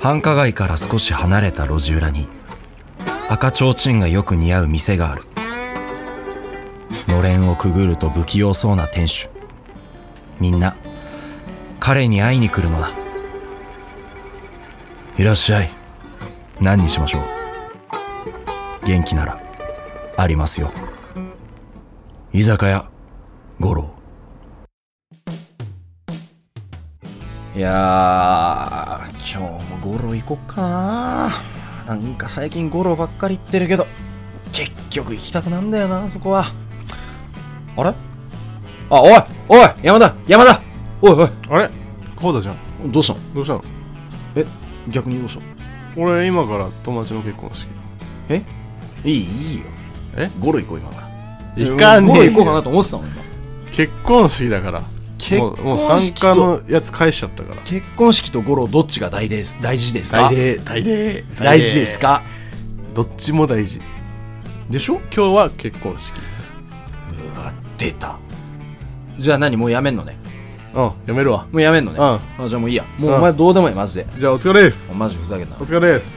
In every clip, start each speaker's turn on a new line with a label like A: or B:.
A: 繁華街から少し離れた路地裏に赤ちょうちんがよく似合う店があるのれんをくぐると不器用そうな店主みんな彼に会いに来るのだいらっしゃい何にしましょう元気ならありますよ居酒屋五郎いやー今日も五郎行こっかななんか最近五郎ばっかり行ってるけど結局行きたくなんだよなそこはあれあおいおい山田山田おいおい
B: あれこうだじゃん
A: どうしたの
B: どうしたの
A: 逆にどうしたの
B: 俺今から友達の結婚式
A: いいいいよ
B: え
A: ゴロ行こう今から
B: 行かねえよ
A: ゴロ行こうかなと思ってたの今
B: 結婚式だから
A: 結
B: もうもう
A: 婚
B: 参
A: 式
B: 加
A: と
B: のやつ返しちゃったから
A: 結婚式とゴロどっちが大です大事ですか
B: 事大事
A: 大事ですか
B: どっちも大事
A: でしょ
B: 今日は結婚式
A: うわ出たじゃあ何もうやめんのね
B: うんやめるわ
A: もうやめんの
B: う
A: ね
B: んじゃ
A: あじゃあもういいやもう
B: うん
A: お前どうでもいいマジで
B: あお疲れです
A: マジふざけんな
B: お疲れです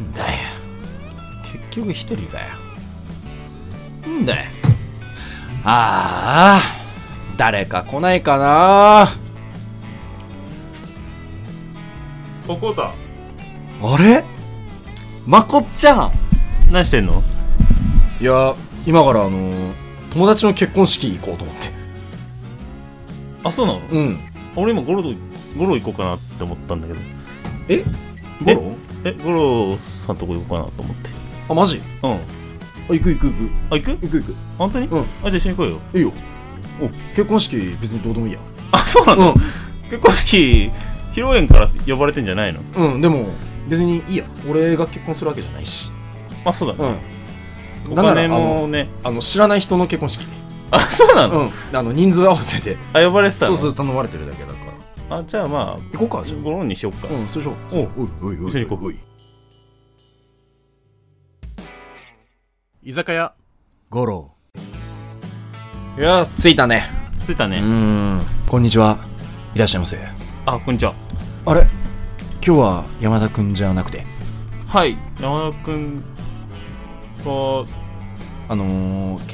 A: んだよ結局一人かよんだよああ誰か来ないかな
B: ここだ
A: あれまこっちゃん
C: 何してんの
A: いや今からあのー友達の結婚式行こうと思って
C: あそうなの
A: うん
C: 俺今ゴロとゴロ行こうかなって思ったんだけど
A: えゴ
C: え
A: ロ
C: えゴロさんとこ行こうかなと思って
A: あマジ
C: うんあ
A: あ行く行く行く
C: 行く
A: 行く行く
C: 本当に、
A: うん
C: あじゃあ一緒に行こうよ
A: いいよ
C: お
A: 結婚式別にどうでもいいや
C: あそうなの、
A: う
C: 結婚式披露宴から呼ばれてんじゃないの
A: んうんでも別にいいや俺が結婚するわけじゃないし
C: あそうだね、
A: ん
C: お
A: なんなら
C: 金もね
A: あの知らない人の結婚式
C: あそうなの、
A: うんあの人数合わせて
C: あ呼ばれてた
A: そ
C: の
A: うそう頼まれてるだけだから
C: あじゃあまあ
A: 行こうかじゃ
C: ゴロにしよっか、
A: あうんそうしようおうおいおいおい
C: 一緒に行こう
A: おい
B: 居酒屋
A: ゴロいや着いたね
C: 着いた
A: う
C: ね、
A: んこんにちはいらっしゃいませ
C: あこんにちは
A: あれ今日は山田君じゃなくて
C: はい山田君は
A: あのー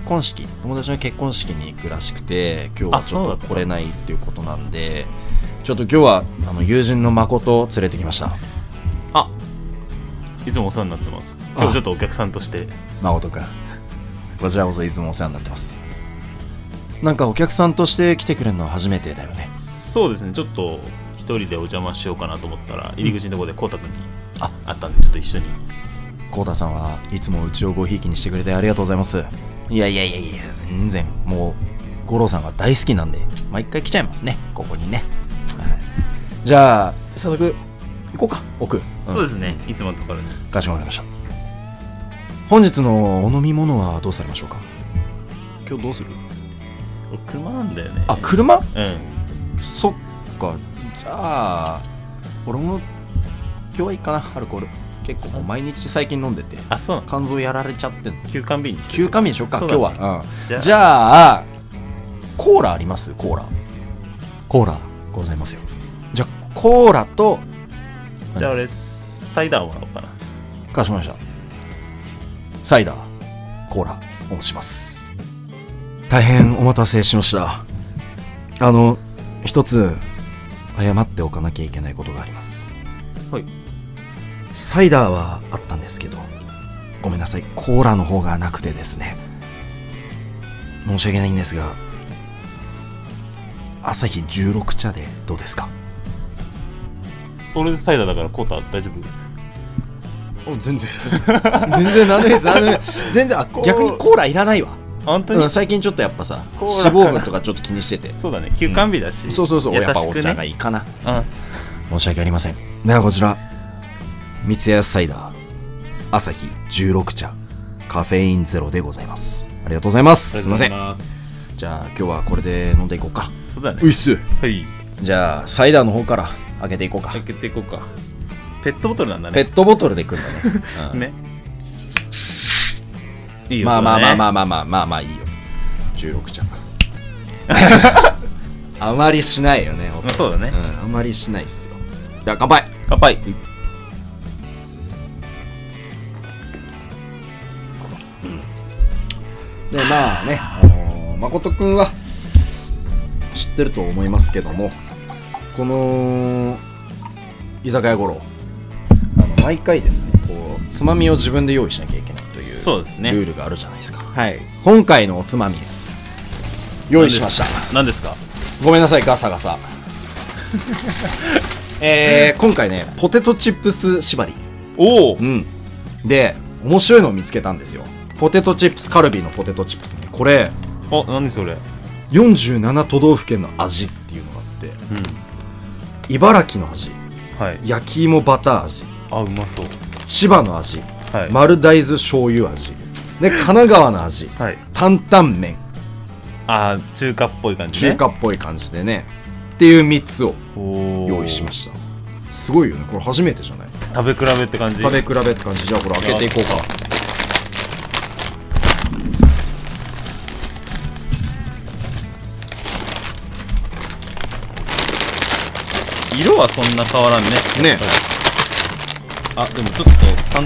A: 結婚式友達の結婚式に行くらしくて今日は
C: あ
A: ちょ
C: そうだ
A: っ
C: っ
A: と
C: た
A: 来れないっていうことなんでちょっと今日はあの友人の誠を連れてきました
C: あいつもお世話になってます今日ちょっとお客さんとして
A: 誠君こちらこそいつもお世話になってますなんかお客さんとして来てくれるのは初めてだよね
C: そうですねちょっと一人でお邪魔しようかなと思ったら入り口のところでこうたくんに
A: あ
C: 会ったんでちょっと一緒に
A: 浩太さんはいつもうちをごひいきにしてくれてありがとうございますいやいやいやいや全然もう五郎さんが大好きなんで毎回来ちゃいますねここにね、はい、じゃあ早速行こうか奥、うん
C: そうですねいつものところに
A: かしこまりました本日のお飲み物はどうされましょうか今日どうする
C: 俺車なんだよね
A: あ車
C: うん
A: そっかじゃあ俺も今日はいいかなアルコール結構もう毎日最近飲んでて
C: あそうなの
A: 肝臓やられちゃってんの
C: 休館日にして
A: 休暇日にしよっか、
C: そう
A: 今
C: だ
A: 日
C: ね
A: は、
C: じ
A: う
C: ゃ
A: ん、
C: あ
A: じゃあコーラありますコーラコーラございますよじゃあコーラと
C: じゃあ俺サイダーもらおうかな
A: かしこまりましたサイダーコーラお持します大変お待たせしましたあの一つ謝っておかなきゃいけないことがあります
C: はい
A: サイダーはあったんですけどごめんなさいコーラの方がなくてですね申し訳ないんですが朝日16茶でどうですか
C: 俺サイダーだからコータ大丈夫
A: 全 然全然何でです何でも全然あ
C: う
A: 逆にコーラいらないわ
C: あ本当
A: う
C: に
A: ん、最近ちょっとやっぱさ
C: コ
A: 脂
C: ーラ
A: 肪分とかちょっと気にしてて
C: そうだね休館日だし、
A: そうそうそう、
C: 優し
A: やっぱお
C: く
A: 茶が
C: ね
A: いいかな
C: うん
A: 申し訳ありませんではこちら三ツ矢サイダー朝日16茶カフェインゼロでございますありがとうございますすいません
C: ありがとうござい
A: じゃあ今日はこれで飲んでいこうか
C: ますそうだね
A: ういっす
C: はい
A: じゃあサイダーの方から開けていこうか
C: 開けていこうかペットボトルなんだ
A: ペ
C: ね
A: ットボトルでいくんだねうん
C: ねいいよ、
A: まあまあまあま
C: あ
A: あまあまあまあまあいいよ16茶あまりしないよね音
C: そうだね
A: うんあまりしないっすよ
D: じゃあ乾杯
C: 乾杯
A: でまあね、あのー、誠くんは知ってると思いますけどもこの居酒屋五郎あの毎回ですねこうつまみを自分で用意しなきゃいけないという
C: そうですね
A: ルールがあるじゃないですか
C: はい
A: 今回のおつまみ用意しました
C: 何ですか
A: ごめんなさいガサガ サえー、今回ねポテトチップス縛り
C: おお
A: うん。で、面白いのを見つけたんですよ。ポテトチップス、カルビーのポテトチップスね。これ、
C: あ何それ
A: 47都道府県の味っていうのがあっ
C: うん
A: て、茨城の味、
C: はい
A: 焼き芋バター味、
C: あうまそう
A: 千葉の味、
C: はい、
A: 丸大豆醤油味、で、神奈川の味、
C: はい
A: 担々麺、
C: あー中華っぽい感じ
A: 中
C: ね
A: 華っぽい感じでね、っていう3つを
C: お
A: 用意しました。すごいよね。これ初めてじゃない
C: た食べ比べって感じ
A: 食べ比べって感じ。じゃあこれ開けていこうか。
C: 色はそんな変わらんね
A: ね
C: あでもちょっと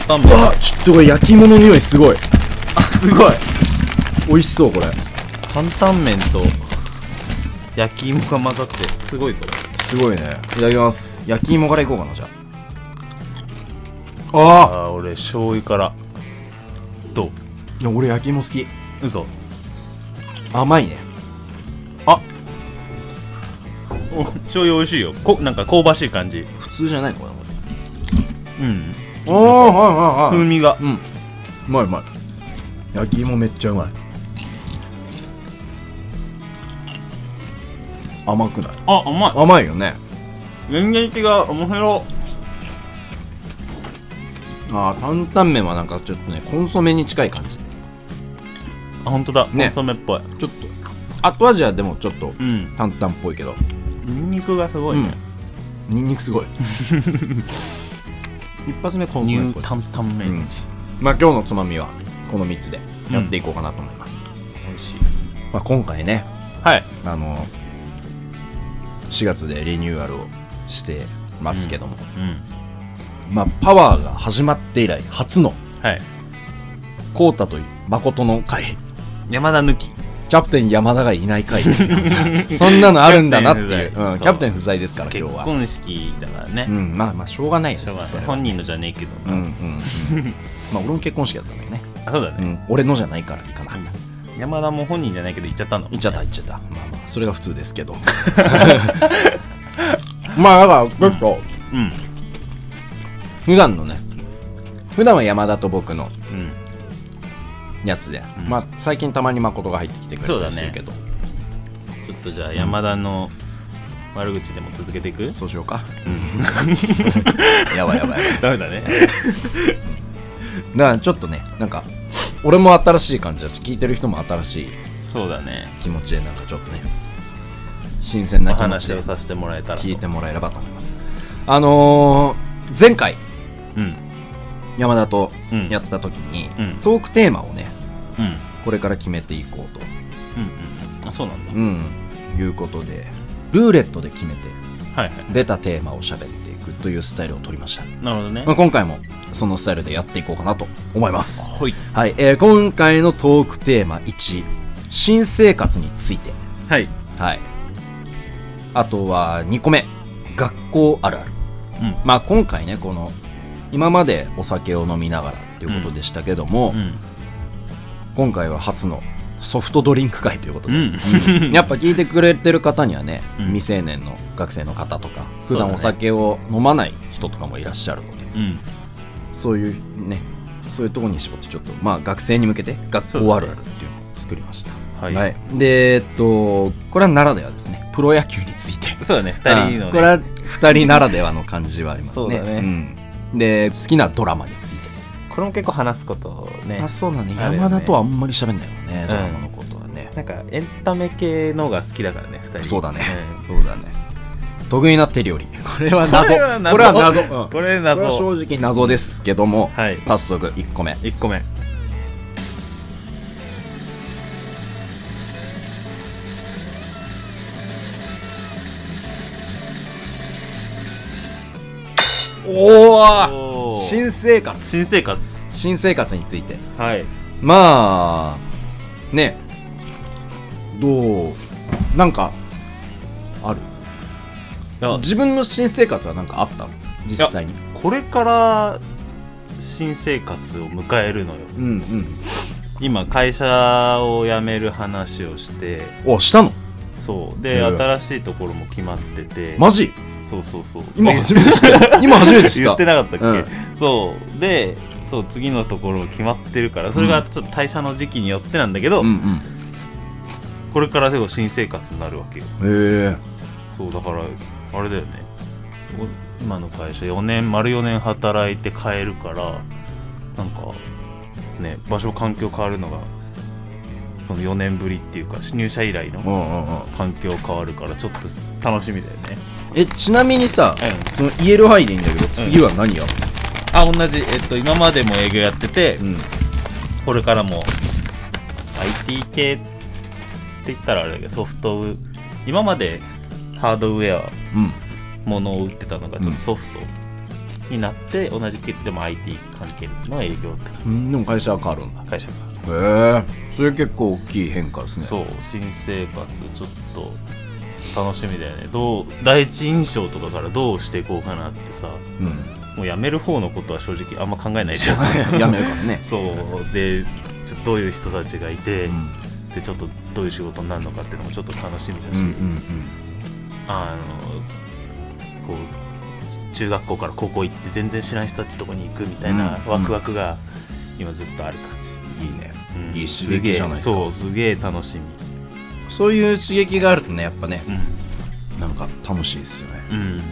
C: 担々
A: う
C: 麺
A: わちょっとこれ焼き芋の匂いすごい。
C: あすごい
A: 美味しそう、これ。
C: 担々麺と焼き芋が混ざってすごいぞ
A: すごいねいただきます焼き芋からいこうかなじゃああ
C: あー俺醤油からどう
A: いや俺焼き芋好き
C: 嘘
A: 甘いね
C: お醤油美味しいよこなんか香ばしい感じ
A: 普通じゃないのかなこ
C: うん
A: れおおはい
C: 風味が
A: うんうまいうまい焼き芋めっちゃうまい甘くない
C: あ甘い
A: 甘いよね
C: 全然違う面白
A: ああ担々麺はなんかちょっとねコンソメに近い感じ
C: あ本当だコ
A: ね
C: ンソメっぽい
A: ちょっと後味はでもちょっと
C: うん
A: 担々っぽいけど
C: ニンニクがすごいね
A: うん、ニンニクすごい一発目コンソ
C: ニ
A: メ
C: ュ
A: っぽ
C: ー
A: い
C: タンタンメン美
A: まあ今日のつまみはこの3つでやっていこうかなと思います、
C: 味しい
A: まあ、今回ね
C: はい
A: あの4月でリニューアルをしてますけども、
C: うん
A: まあ、パワーが始まって以来初の
C: はい
A: コ太という誠の会
C: 山田抜き
A: キャプテン山田がいない回 ですよそんなのあるんだなっていう
C: キャプテン不
A: うん
C: 在そう
A: キャプテン不在ですから
C: 結
A: 今日は
C: 婚式だから
A: う
C: ね
A: んまあまあしょうがないよ
C: しょうがない
A: それは
C: 本人のじゃねえけど
A: うんうんう
C: なん
A: まあ俺も結婚式だったんだよね、
C: あそうだね
A: うん、俺のじゃないからいいかな、
C: 山田も本人じゃないけど行っちゃったの
A: いっちゃったいっちゃったまあまあそれが普通ですけ どまあだからちょっと
C: うん
A: 普段のね普段は山田と僕の
C: うん
A: やつで、
C: うん
A: まあ最近たまに誠が入ってきてくれ
C: そう
A: た
C: だ
A: り
C: ね
A: するけどそう,、
C: ちょっとじゃあ山田の悪口でも続けていく
A: しようか
C: うん
A: やばいやばいやばい
C: ダメだ ね
A: だからちょっとねなんか俺も新しい感じだし聞いてる人も新しい
C: そうだね
A: 気持ちでなんかちょっとね新鮮
C: お
A: な気持ち
C: 話
A: で
C: をさせてもらえたらと
A: 聞いてもらえればと思いますあのー、前回
C: うん
A: 山田と
C: うん
A: やった時に、
C: うん
A: トークテーマをね
C: うんうん
A: これから決めていこうと
C: うんあそうなんだ
A: うん、いうことでルーレットで決めて
C: はいはい
A: 出たテーマを喋っていくというスタイルを取りました、
C: なるほどね
A: まあ、今回もそのスタイルでやっていこうかなと思います
C: ほい
A: はい、えー今回のトークテーマ1新生活について
C: はい
A: はいあとは2個目学校あるある
C: うん
A: まあ今回ねこの今までお酒を飲みながらっていうことでしたけども、
C: うん
A: 今回は初のソフトドリンク会ということで、
C: うん
A: うんや っぱ聞いてくれてる方にはね、
C: うん
A: 未成年の学生の方とか
C: そ
A: 普
C: うだね
A: 段お酒を飲まない人とかもいらっしゃるので
C: うん
A: そういうねそういうところに絞ってちょっとまあ学生に向けて学校あるあるっていうのを作りました、
C: はい、
A: はいでえっとこれはならではですねプロ野球について
C: そうだね二人の、
A: あ
C: ね、
A: これは2人ならではの感じはありますね
C: そうだね
A: うんで好きなドラマについて
C: これも結構話すことね
A: あそうだね
C: あるよね
A: 山田とはあんまり喋んないもんね
C: ん
A: ドラマのことはね、
C: なんかエンタメ系のが好きだからね二人
A: そうだね、そうだね得意な手料理これは
C: 謎
A: 謎
C: これは謎
A: うん
C: これ
A: これは
C: 謎
A: 正直謎ですけども、
C: はい
A: 早速1個目
C: 一個目
A: おー
C: おー
A: 新生活
C: 新生活
A: 新生活について
C: はい
A: まあねどうなんかある
C: あ
A: 自分の新生活は何かあったの実際に
C: これから新生活を迎えるのよ
A: うんうん
C: 今会社を辞める話をして
A: おしたの
C: そうで、
A: うん
C: 新しいところも決まってて
A: マジ
C: そうそうそう
A: 今
C: で
A: 初めて知 った今初めて知っ
C: 言
A: た
C: ってなかったっけ、
A: うん
C: そうでそう次のところ決まってるからそれがちょっと退社の時期によってなんだけど、
A: うん
C: これからでも新生活になるわけよ
A: うんへえ
C: そうだからあれだよねお今の会社4年丸4年働いて変えるからなんかね場所環境変わるのがその4年ぶりっていうか入社以来
A: う
C: の
A: んうんうん
C: 環境変わるからちょっと楽しみだよね
A: えちなみにさ
C: うん
A: その言える範囲でいいんだけど次は何やる
C: あ同じえっと今までも営業やってて、
A: のうん
C: これからも IT 系って言ったらあれだけどソフトウ今までハードウェア
A: うん
C: ものを売ってたのがちょっとソフトになって、同じけでも IT 関係の営業って
A: うんでも会社は変わるんだ
C: 会社が、
A: へえそれ結構大きい変化ですね
C: そう新生活ちょっと楽しみだよねどう第一印象とかからどうしていこうかなってさ
A: うん
C: もう辞める方のことは正直あんま考えないじゃん
A: やめるからね
C: そうでちょっとどういう人たちがいて、
A: うん
C: でちょっとどういう仕事になるのかっていうのもちょっと楽しみだ
A: う
C: し、
A: んうん
C: あのこう中学校から高校行って全然知らない人たちとこに行くみたいな
A: うん
C: ワクワクが今ずっとある感じ、
A: うんいいね
C: うん
A: いい刺激じゃないですか
C: げえそうすげえ楽しみ
A: そういう刺激があるとねやっぱね
C: う
A: なんか楽しいですよね
C: んうん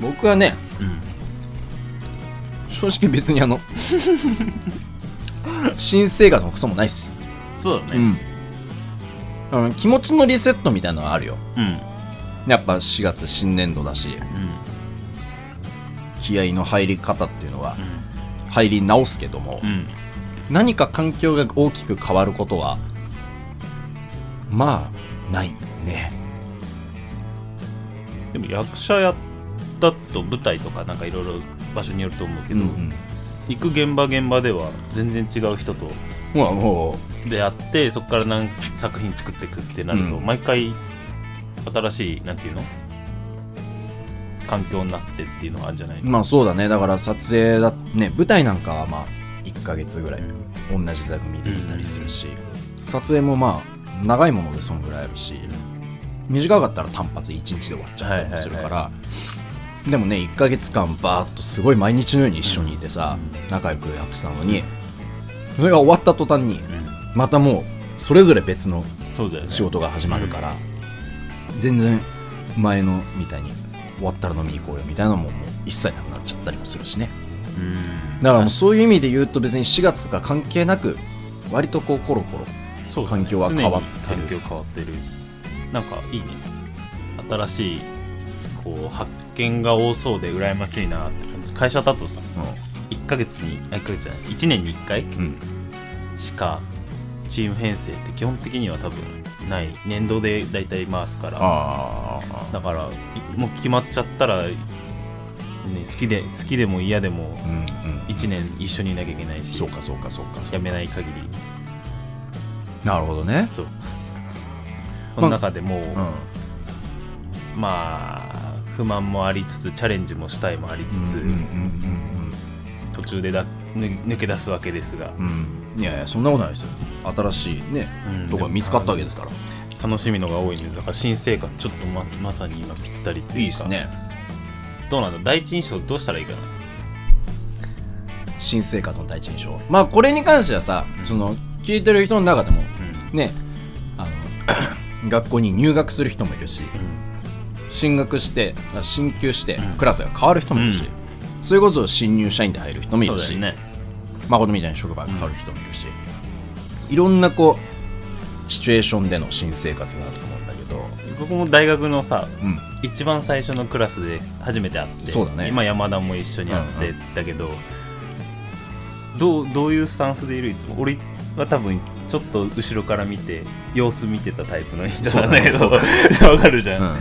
A: 僕はね
C: うん
A: 正直別にあの 新生活もクソもないっす
C: そうだ
A: う
C: ね
A: んあの気持ちのリセットみたいなのはあるよ
C: うん
A: やっぱ4月新年度だし
C: うん
A: 気合の入り方っていうのは
C: うん
A: 入り直すけども、
C: うん
A: 何か環境が大きく変わることはまあないね
C: でも役者やだと舞台とかなんかいろいろ場所によると思うけど、行く現場現場では全然違う人と
A: うんまあも
C: であってそこから何作品作っていくってなると、
A: うん
C: 毎回新しいなんていうの環境になってっていうのがあるんじゃないう
A: まあそうだねだから撮影だね舞台なんかはまあ1ヶ月ぐらい同じ座組でいたりするし、撮影もまあ長いものでそんぐらいあるし短かったら単発1日で終わっちゃったりもするから、でもね1ヶ月間バーっとすごい毎日のように一緒にいてさ、仲良くやってたのにそれが終わった途端に
C: うん
A: またもうそれぞれ別の
C: そうだよね
A: 仕事が始まるから、全然前のみたいに終わったら飲みに行こうよみたいなのももう一切なくなっちゃったりもするしね
C: うん
A: だからもうそういう意味で言うと別に4月とか関係なく割とこうコロコロ
C: そうだね
A: 環境は変わってる
C: 常に環境変わってるなんかいいね新しいこう発見が多そうで羨ましいなって感じ会社だとさ1ヶ月にあ1ヶ月じゃない1年に1回
A: うん、うん、
C: しかチーム編成って基本的には多分ない年度で大体回すから
A: ああ
C: だからいもう決まっちゃったら、ね、好きで好きでも嫌でも
A: うんうん
C: 1年一緒にいなきゃいけないし
A: そうかそうかそうか
C: 辞めない限り
A: なるほどね
C: そうその中でもう、
A: うん
C: まあ不満もありつつチャレンジもしたいもありつつ、
A: うんうん
C: 途中でだ抜抜け出すわけですが
A: う、んうんうんいやいやそんなことないですよ新しいね、
C: うん
A: とこが見つかったわけですから
C: 楽しみのが多いんでだから新生活ちょっとままさに今ぴったりというか
A: いいですね
C: どうなんだ第一印象どうしたらいいかな
A: 新生活の第一印象まあこれに関してはさその聞いてる人の中でも
C: うん
A: ねあの 学校に入学する人もいるし進学してあ進級して
C: うん
A: クラスが変わる人もいるし、それこそ新入社員で入る人もい
C: そう
A: る
C: だ
A: し、
C: よね
A: 誠みたいに職場が変わる人もいるし、いろんなこうシチュエーションでの新生活があると思うんだけど
C: 僕も大学のさ
A: うん
C: 一番最初のクラスで初めて会って
A: そうだね
C: 今山田も一緒に会って、
A: う
C: だけどどうどういうスタンスでいるいつも俺は多分ちょっと後ろから見て様子見てたタイプの人なんだけ
A: そう
C: どわかるじゃん、
A: う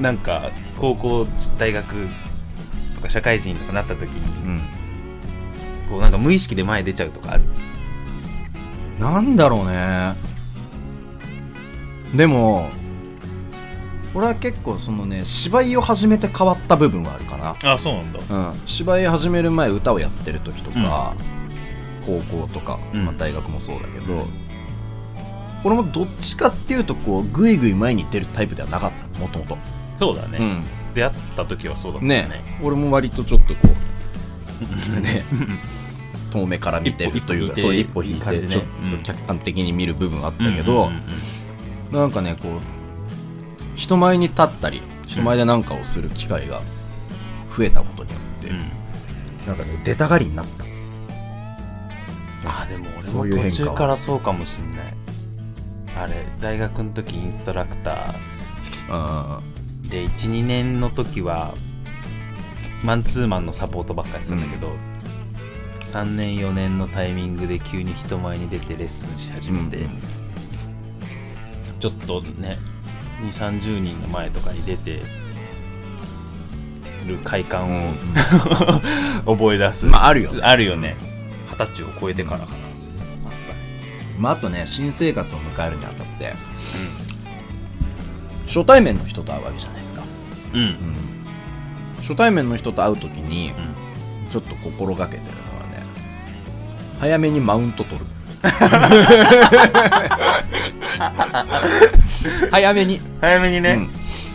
C: なんか高校大学とか社会人とかなった時に
A: うん
C: こうなんか無意識で前出ちゃうとかある
A: なんだろうねでも俺は結構そのね芝居を始めて変わった部分はあるかな
C: あそうなんだ
A: うん、芝居始める前歌をやってる時とか、高校とか、
C: うん
A: まあ、大学もそうだけど、
C: うん
A: 俺もどっちかっていうとこうぐいぐい前に出るタイプではなかったもともと
C: そうだね、出会った時はそうだった
A: ね
C: ねね
A: 俺も割とちょっとこう ね遠目から見てる
C: 一歩
A: というか
C: 一
A: そ
C: 歩
A: う
C: 引いて
A: 一歩引い
C: いい感
A: て
C: じね
A: ちょっと
C: うん
A: 客観的に見る部分あったけど、
C: うんうんうん
A: なんかねこう人前に立ったり人前で何かをする機会が増えたことによって、
C: うん
A: なんかね出たがりになった
C: あでも
A: そうい
C: 俺
A: う
C: も
A: 変化
C: 途中
A: は
C: からそうかもしんないあれ大学の時インストラクタ
A: あ
C: ーで12年の時はマンツーマンのサポートばっかりするんだけど、3年4年のタイミングで急に人前に出てレッスンし始めて、
A: うん
C: ちょっとね2 3 0人の前とかに出てる快感を 覚え出す、
A: まああるよ
C: あるよね二十歳を超えてからかな、あったね
A: まあ、あとね新生活を迎えるにあたって初対面の人と会うわけじゃないですか、
C: うん、うん
A: 初対面の人と会う時に
C: うん
A: ちょっと心がけてるのはね早めにマウント取る早めに、
C: 早めにね、
A: うん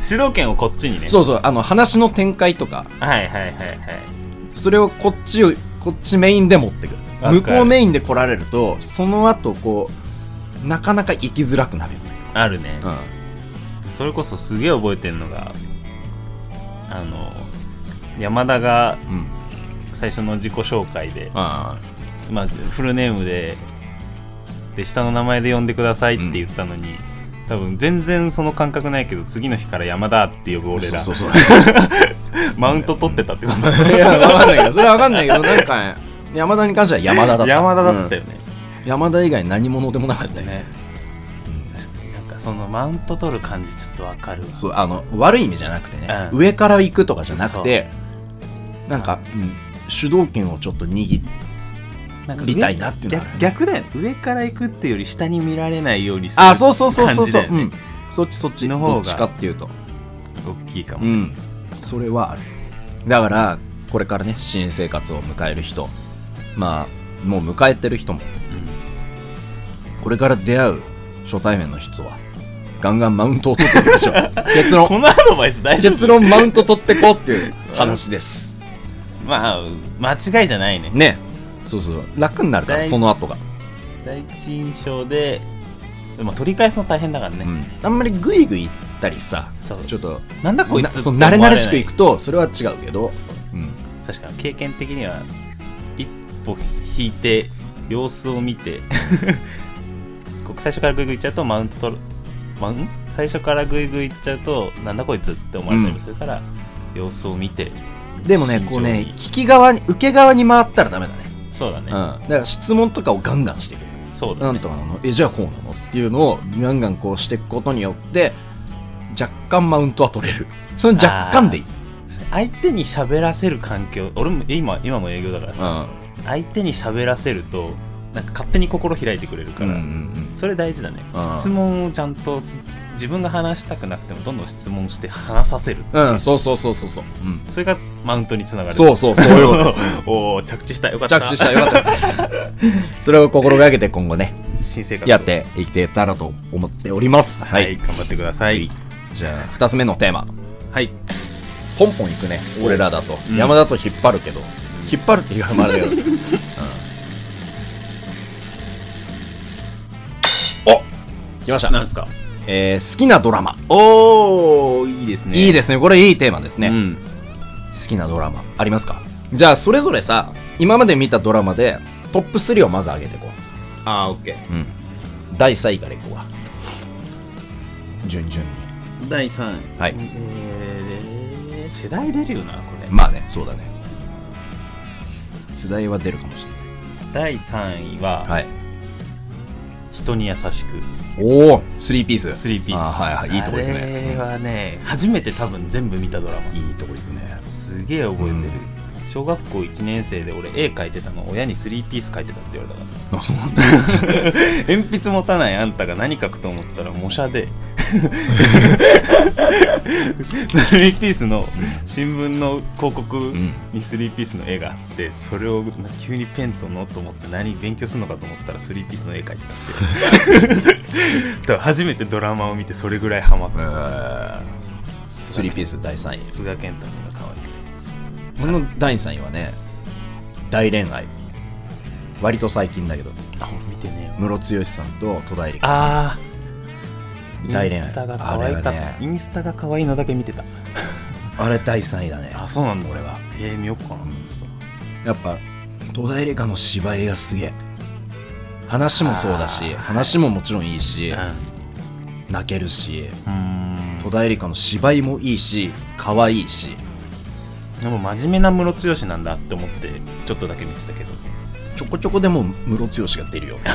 C: 主導権をこっちにね
A: そうそうあの話の展開とか
C: はいはいはいはい
A: それをこっちをこっちメインで持ってくる
C: わかる
A: 向こうメインで来られるとその後こうなかなか行きづらくなるよね、
C: あるね、
A: うん、
C: それこそすげえ覚えてんのがあの山田が
A: うん
C: 最初の自己紹介で、
A: あ
C: まあ、フルネームでで下の名前で呼んでくださいって言ったのに、多分全然その感覚ないけど次の日から山田って呼ぶ
A: あ
C: 俺ら
A: そうそうそう
C: マウント取ってたってことだ
A: いや、わかんないけど、それはわかんないけど、なんかね、山田に関しては山田だった。
C: 山田だった
A: うん
C: よね、
A: 山田以外何者でもなかったよね。
C: ね確かになんかそのマウント取る感じちょっとわかるわ
A: そう、あの、悪い意味じゃなくてね、
C: うん
A: 上から行くとかじゃなくて、なんか、うん主導権をちょっと握っ
C: なんか
A: りたいなっていうのはある
C: 逆逆だよね上から行くっていうより下に見られないようにする
A: あ、そうそうそうそうそう、
C: 感じだよね
A: うんそっちそっち、
C: の方が
A: どっちかっていうと。
C: 大きいか
A: う
C: も、
A: ん。それはある。だから、これからね、新生活を迎える人、まあ、もう迎えてる人も、これから出会う初対面の人は、ガンガンマウントを取っていくでしょう。 結論。
C: このアドバイス大丈夫
A: 結論マウント取ってこうっていう話です。
C: まあ間違いじゃないね
A: ね。そうそう。楽になるから、
C: 大
A: その後が。
C: 第一印象ででも取り返すの大変だからね、
A: うん。あんまりグイグイ行ったりさ、
C: そう
A: ちょっと、
C: なんだこい
A: な
C: つ
A: そう慣れ慣れしくい
C: く
A: くと、それは違うけど、うん。
C: 確かに経験的には一歩引いて様子を見て こう最初からグイグイいっちゃうとマウント取るマウン最初からグイグイいっちゃうとなんだこいつって思われたりもするから、様子を見て
A: でもね、
C: 慎重
A: こうね
C: に、
A: 聞き側に、受け側に回ったらダメだね。
C: そうだ
A: う
C: ね
A: ん。、だから質問とかをガンガンしていくる。
C: そうだ
A: な
C: ね
A: んとかなのえ、じゃあこうなのっていうのをガンガンこうしていくことによって、若干マウントは取れる。その若干でいい。
C: 相手に喋らせる環境俺も今今も営業だから
A: う
C: さ、
A: ん。
C: 相手に喋らせるとなんか勝手に心開いてくれる
A: う
C: か
A: んう
C: ら、
A: んうん。
C: それ大事だね
A: うん
C: 質問をちゃんと自分が話したくなくてもどんどん質問して話させる
A: うん、そうそうそうそうそう。うん。
C: それがマウントにつながる
A: そうそう、そういう ことです。
C: おお着地したよかった
A: 着手したよか った。それを心がけて今後ね、
C: 新生活を
A: やっていけたらと思っております。は
C: はい、
A: い。
C: 頑張ってください
A: じゃあ、二つ目のテーマ。
C: はい
A: ポンポンいくね。俺らだと。
C: うん
A: 山だと引っ張るけど。引っ張るって言われまだけ ど。うんお来まし
C: なん
A: た。
C: ですか
A: えー好きなドラマ。
C: おおいいですね
A: いい
C: で
A: ですね。これいいテーマですね。
C: うん
A: 好きなドラマありますかじゃあ、それぞれさ、今まで見たドラマでトップ3をまず上げていこう。
C: ああオッケー
A: うん、第3位からいこうか順々に
C: 第3位
A: はい
C: えー、世代出るよなこれ
A: まあねそうだね世代は出るかもしれ
C: 第3位は、
A: ないはい
C: 人に優しく
A: おおスリーピース
C: スリーピース
A: あーはいはいいいとこ行くね
C: あれはね初めて多分全部見たドラマ
A: いいとこ行くね
C: すげえ覚えてる、小学校1年生で俺絵描いてたの親にスリーピース描いてたって言われたから
A: あそうなんだ
C: 鉛筆持たないあんたが何書くと思ったら模写 でスリーピースの新聞の広告
A: うん
C: にスリーピースの絵があってそれを急にペンとノート持って何勉強するのかと思ったらスリーピースの絵描いて たってだから初めてドラマを見てそれぐらいハマった
A: スリーピース第3位
C: 菅健太君が可愛くて
A: その第3位はね大恋愛割と最近だけど
C: あ俺見てねえわ
A: ムロツヨシさんと戸田恵梨香
C: ああ
A: 大
C: イン
A: 恋愛
C: スタが可愛かった、
A: あれはね
C: インスタが可愛いのだけ見てた
A: あれ第3位だね
C: あそうなんだ
A: 俺は
C: えー、見よっかな、さ
A: やっぱ戸田恵梨香の芝居がすげえ話もそうだし話ももちろんいいし泣けるし
C: うん
A: 戸田恵梨香の芝居もいいし可愛いし
C: でも真面目なムロツヨシなんだって思ってちょっとだけ見てたけど
A: ちょこちょこでもムロツヨシが出るよ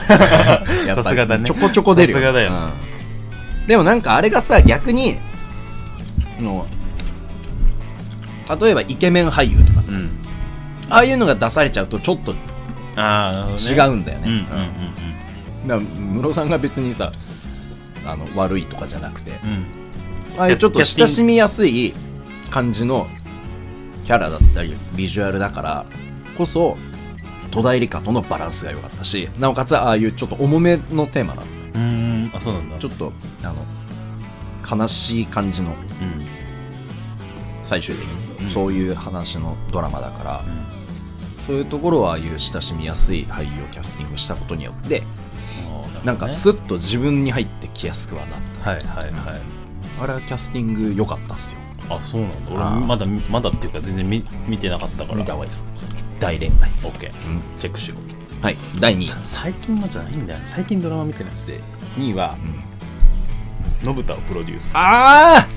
A: やっぱ
C: さすがだね
A: ちょこちょこ出るよ
C: さすがだよ
A: うんでもなんかあれがさ逆にあの例えばイケメン俳優とかさ、
C: ん
A: ああいうのが出されちゃうとちょっと
C: ああ、
A: 違
C: う
A: うんだよ
C: うんうん
A: ねうんだからムロさんが別にさあの悪いとかじゃなくて
C: うんうん
A: ああいうちょっと親しみやすい感じのキャラだったりビジュアルだからこそ戸田恵梨香とのバランスが良かったしなおかつああいうちょっと重めのテーマだ
C: うんうんあそうなんだ
A: ちょ
C: っ
A: っとあの悲しい感じの
C: とうん
A: 最終的に、
C: うん
A: そういう話のドラマだから、そういうところはああいう親しみやすい俳優をキャスティングしたことによって
C: うん
A: なんかス
C: す
A: ッと自分に入ってきやすくはなっ
C: はいはいはい
A: たあれはキャスティング良かったっすよ
C: あそうなんだ
A: あー
C: 俺まだまだっていうか全然見見てなかったから
A: 見た方
C: オ
A: がいい大恋愛
C: ッケーチェックしよう
A: はい第2位
C: さ最近のじゃないんだよ最近ドラマ見てなくて2位は
A: ん
C: 信太をプロデュース
A: ああ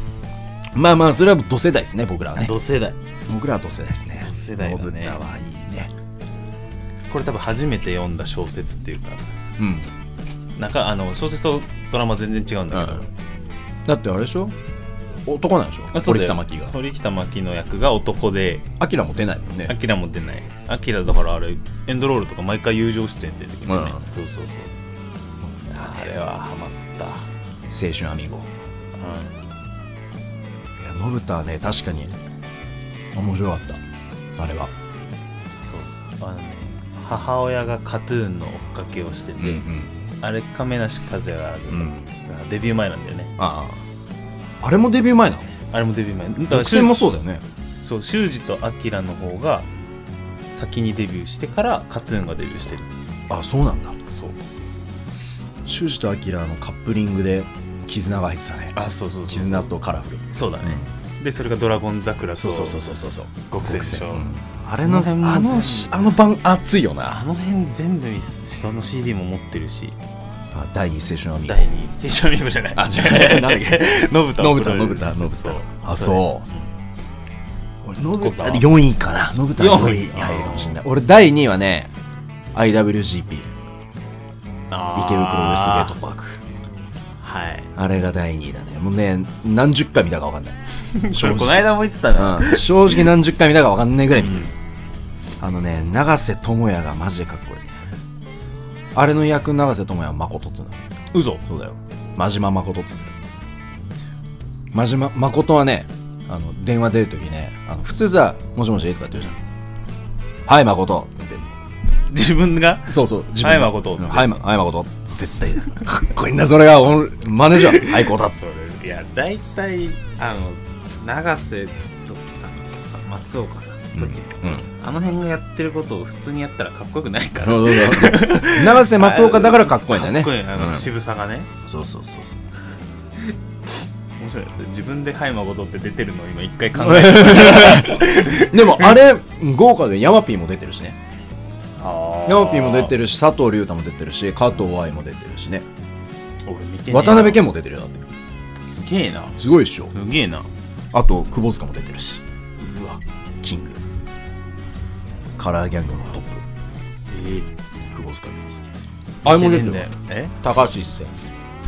A: まあまあそれは同世代ですね僕らはね
C: 同世代
A: 僕らは同世代ですね
C: 同世代だね
A: 信太はいいね
C: これ多分初めて読んだ小説っていうか
A: うん
C: なんかあの小説とドラマ全然違うんだけど、
A: うんだってあれでしょ男なんでしょ
C: あそう
A: 堀
C: だよ
A: 北真希が
C: 堀北真希の役が男で
A: アキラも出ないもんね
C: アキラも出ないアキラだからあれエンドロールとか毎回友情出演出てくるね、そうそうそうあれはハマった、
A: 青春アミゴ
C: うん
A: いや信太はね確かに面白かったあれは
C: そうあのね母親がカトゥーンの追っかけをしてて、あれ亀梨和也が、
A: うん
C: デビュー前なんだよね
A: あああれもデビュー前なの
C: あれもデビュー前だから
A: 独占もそうだよね
C: そう修二とアキラの方が先にデビューしてからカトゥーンがデビューしてる
A: あそうなんだ
C: そう
A: 修二とアキラのカップリングで絆が入ってたね
C: あそうそうそう
A: 絆とカラフル
C: そうだねでそれが「ドラゴン桜」と
A: そうそうそう
C: 極戦でしょ
A: あれの
C: その辺も
A: あのしあの版熱いよな
C: あの辺全部にその CD も持ってるし
A: あ第二青春アミゴ
C: 第二青春アミゴじゃない
A: あじゃあな んだっけ
C: ノブタ
A: 信太信太信
C: そ
A: 太
C: う
A: あそう俺信
C: 太は
A: 4位かな信太は4位
C: 四位
A: に入るかもしれない俺第2位はね IWGP 池袋ウエストゲート
C: ト
A: パーク
C: はい
A: あれが第2位だねもうね何十回見たか分かんない
C: そ
A: 正
C: れ この
A: 直、
C: 間も言ってたな
A: うん、正直何十回見たか分かんないぐらい見てる、あのね永瀬智也がマジでかっこいいあれの役永瀬智也は誠っつうの
C: うそ
A: そうだよ真島誠っつうの真島誠はねあの電話出るときねあの普通さ「もしもし」とかって言うじゃん「はい誠」って言ってんの
C: 自分が
A: そうそう、自
C: はい誠
A: うんはい、ま、はい、誠。絶対。かっこいいんだ、それが。おん真似じゃん。はい、 こうだ。
C: それいや大体あの永瀬とかさんとか松岡さん
A: うん。う
C: と
A: ん
C: かあの辺がやってることを普通にやったらかっこよくないか
A: な
C: ら
A: るほどなるほど。永瀬松岡だからかっこいいんだよね。
C: かっこいいあの、
A: うん
C: 渋さがね
A: そうそうそうそう。
C: 面白いですね自分で「はい誠」って出てるのを今一回考えて
A: でも、あれ、豪華で、ヤマピーも出てるしね。ヤマピーも出て
C: る
A: るし、佐藤龍太も出てるし、加藤愛も出てるしね。
C: 俺見てねえな
A: 渡辺謙も出てるよ、だって。
C: すげえな
A: すごいっしょ。
C: すげえな
A: あと、窪塚も出てるし、
C: うわ
A: キング。カラーギャングのトップ、
C: ええ
A: 窪塚洋介。
D: あれ
C: いけ
D: も
C: ね
D: 出
C: え
D: て
C: ん
D: る
C: だよえ
D: 高橋一生